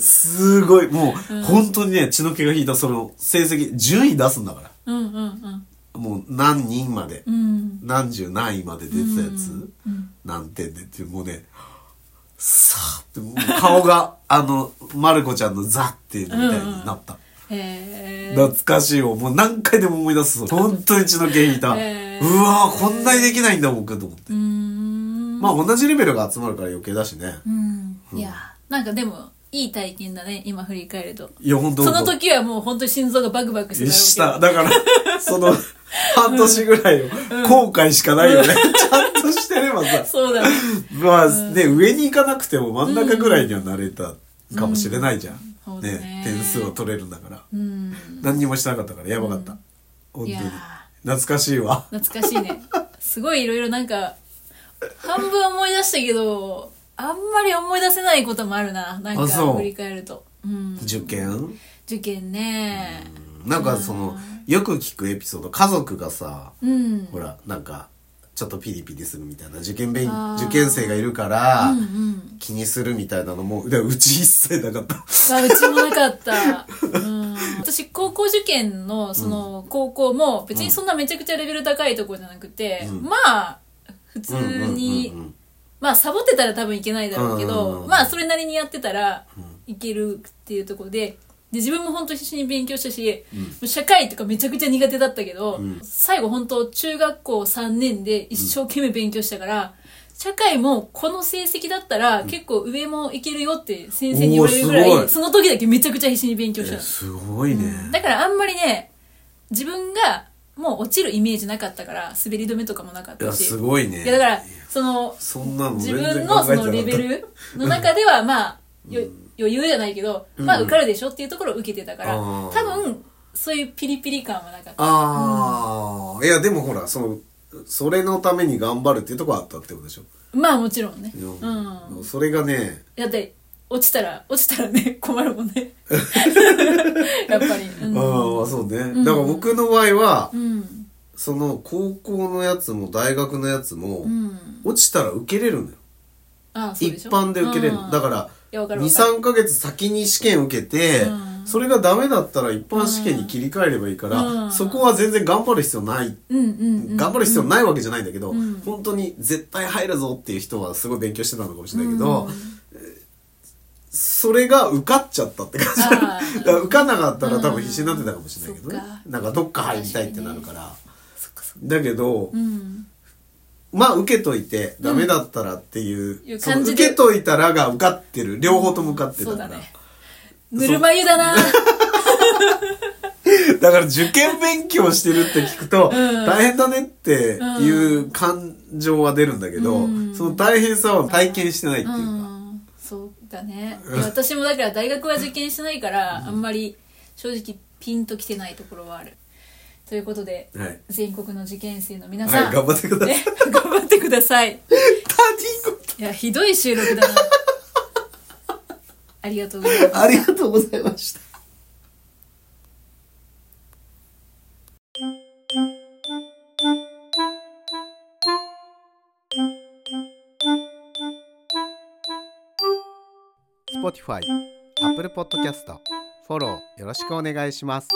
[SPEAKER 3] すごい、もう、本当にね、血の気が引いたその成績、順位出すんだから。
[SPEAKER 2] うんうんうん。
[SPEAKER 3] もう何人まで、
[SPEAKER 2] うん。
[SPEAKER 3] 何十何位まで出てたやつ、何点でって、もうね、さあって、もう顔が、あの、まる子ちゃんのザっていうのみたいになった。
[SPEAKER 2] へー。
[SPEAKER 3] 懐かしいよ。もう何回でも思い出す。本当に血の毛引いた。うわ
[SPEAKER 2] へー
[SPEAKER 3] ぁ、こんなにできないんだ、僕、と思っ
[SPEAKER 2] う
[SPEAKER 3] て
[SPEAKER 2] ー。ん。
[SPEAKER 3] まあ、同じレベルが集まるから余計だしね。
[SPEAKER 2] うん。いや、なんかでも、いい体験だね、今振り返ると。
[SPEAKER 3] いや、本当
[SPEAKER 2] その時はもう本当に心臓がバクバクして
[SPEAKER 3] した。
[SPEAKER 2] た
[SPEAKER 3] だから、
[SPEAKER 2] <laughs>
[SPEAKER 3] その、半年ぐらいを後悔しかないよね。ちゃんとしてればさ。
[SPEAKER 2] そうだね。
[SPEAKER 3] まあ、ね、上に行かなくても真ん中ぐらいにはなれたかもしれないじゃん。
[SPEAKER 2] うんそうだ
[SPEAKER 3] ね
[SPEAKER 2] ね
[SPEAKER 3] 点数を取れるんだから。
[SPEAKER 2] うん。
[SPEAKER 3] 何にもしなかったから、やばかった。
[SPEAKER 2] い
[SPEAKER 3] 本当に
[SPEAKER 2] やー。
[SPEAKER 3] 懐かしいわ。
[SPEAKER 2] 懐かしいね。すごいいろいろなんか、半分思い出したけど、あんまり思い出せないこともあるな。なんか
[SPEAKER 3] あそう
[SPEAKER 2] 振り返ると。うん。
[SPEAKER 3] 受験
[SPEAKER 2] 受験ね。
[SPEAKER 3] なんかその、よく聞くエピソード、家族がさ、
[SPEAKER 2] うん。
[SPEAKER 3] ほら、なんか、ちょっとピリピリするみたいな、受験勉、
[SPEAKER 2] あー
[SPEAKER 3] 受験生がいるから、
[SPEAKER 2] うんうん。
[SPEAKER 3] 気にするみたいなのも、で <laughs> うち一切な
[SPEAKER 2] <laughs>
[SPEAKER 3] かった。
[SPEAKER 2] あうちもなかった。うん。私、高校受験の、その、高校も、別にそんなめちゃくちゃレベル高いとこじゃなくて、まあ、普通に、
[SPEAKER 3] うんうんうんうん
[SPEAKER 2] まあ、サボってたら多分いけないだろうけ
[SPEAKER 3] うんうん
[SPEAKER 2] ど
[SPEAKER 3] う、ん
[SPEAKER 2] まあ、それなりにやってたらいけるっていうところで、で、自分も本当必死に勉強したし、もう社会とかめちゃくちゃ苦手だったけど、最後本当中学校3年で一生懸命勉強したから、社会もこの成績だったら結構上もいけるよって先生に言われるぐら
[SPEAKER 3] おーすごい
[SPEAKER 2] い、その時だけめちゃくちゃ必死に勉強したの。
[SPEAKER 3] すごいね。
[SPEAKER 2] だからあんまりね、自分がもう落ちるイメージなかったから、滑り止めとかもなかっ
[SPEAKER 3] い
[SPEAKER 2] た
[SPEAKER 3] や、
[SPEAKER 2] し。
[SPEAKER 3] すごいね。
[SPEAKER 2] いやだから、その、
[SPEAKER 3] そんなの
[SPEAKER 2] 自
[SPEAKER 3] 全
[SPEAKER 2] 分
[SPEAKER 3] 然
[SPEAKER 2] の
[SPEAKER 3] 考
[SPEAKER 2] そ
[SPEAKER 3] えて
[SPEAKER 2] の
[SPEAKER 3] なか
[SPEAKER 2] レ
[SPEAKER 3] った
[SPEAKER 2] ベ。ルの中ではまあ、よ余裕じゃないけど、まあ受かるでしょっていうところを受けてたから、
[SPEAKER 3] う
[SPEAKER 2] 多
[SPEAKER 3] ん
[SPEAKER 2] 分そういうピリピリ感はなかった。
[SPEAKER 3] ああ、いや、でもほら、その、それのために頑張るっていうところあったってことでしょ。
[SPEAKER 2] まあもちろんね。
[SPEAKER 3] いや
[SPEAKER 2] うん。
[SPEAKER 3] それがね、
[SPEAKER 2] だって、落ちたら、落ちたらね、 <laughs> 困るもん
[SPEAKER 3] <laughs>
[SPEAKER 2] ね。やっぱり。うん。
[SPEAKER 3] ああ、そうね。だから僕の場合は、
[SPEAKER 2] うん。
[SPEAKER 3] その高校のやつも大学のやつも、
[SPEAKER 2] うん。
[SPEAKER 3] 落ちたら受けれるのよ
[SPEAKER 2] ああ、そうでし
[SPEAKER 3] 一
[SPEAKER 2] ょ
[SPEAKER 3] 般で受けれる
[SPEAKER 2] うん
[SPEAKER 3] だから
[SPEAKER 2] いやわかるわかる
[SPEAKER 3] 23ヶ月先に試験受けて、
[SPEAKER 2] うん
[SPEAKER 3] それがダメだったら一般試験に切り替えればいいから、
[SPEAKER 2] うん
[SPEAKER 3] そこは全然頑張る必要ない、
[SPEAKER 2] うんうんうん。
[SPEAKER 3] 頑張る必要ないわけじゃないんだけど、
[SPEAKER 2] うん
[SPEAKER 3] 本当に絶対入るぞっていう人はすごい勉強してたのかもしれないけど、それが受かっちゃったって感じ <laughs>
[SPEAKER 2] あ
[SPEAKER 3] だ
[SPEAKER 2] ー
[SPEAKER 3] から受かんなかったら多分必死になってたかもしれないけどね
[SPEAKER 2] うんそっか
[SPEAKER 3] なんかどっか入りたいってなるから
[SPEAKER 2] そっかそっか
[SPEAKER 3] だけど、
[SPEAKER 2] うん。
[SPEAKER 3] まあ受けといてダメだったらっていう、
[SPEAKER 2] いう
[SPEAKER 3] その
[SPEAKER 2] 感じ
[SPEAKER 3] 受
[SPEAKER 2] で
[SPEAKER 3] けといたらが受かってる両方とも受かって
[SPEAKER 2] そ
[SPEAKER 3] た
[SPEAKER 2] うだ
[SPEAKER 3] から、
[SPEAKER 2] ね。ぬるま湯だな。
[SPEAKER 3] <laughs> だから受験勉強してるって聞くと、
[SPEAKER 2] ん
[SPEAKER 3] 大変だねっていう感情は出るんだけど、
[SPEAKER 2] うん
[SPEAKER 3] その大変さは体験してないっていうか、
[SPEAKER 2] うんそうだねいや私もだから大学は受験してないから、あんまり正直ピンときてないところはあるということで、
[SPEAKER 3] はい
[SPEAKER 2] 全国の受験生の皆さん、
[SPEAKER 3] はい頑張ってください
[SPEAKER 2] ね <laughs> 頑張ってください
[SPEAKER 3] 他人事
[SPEAKER 2] いやひどい収録だな
[SPEAKER 3] <laughs>
[SPEAKER 2] ありがとうございます
[SPEAKER 3] ありがとうございました
[SPEAKER 1] ポティファイアップルポッドキャストフォローよろしくお願いします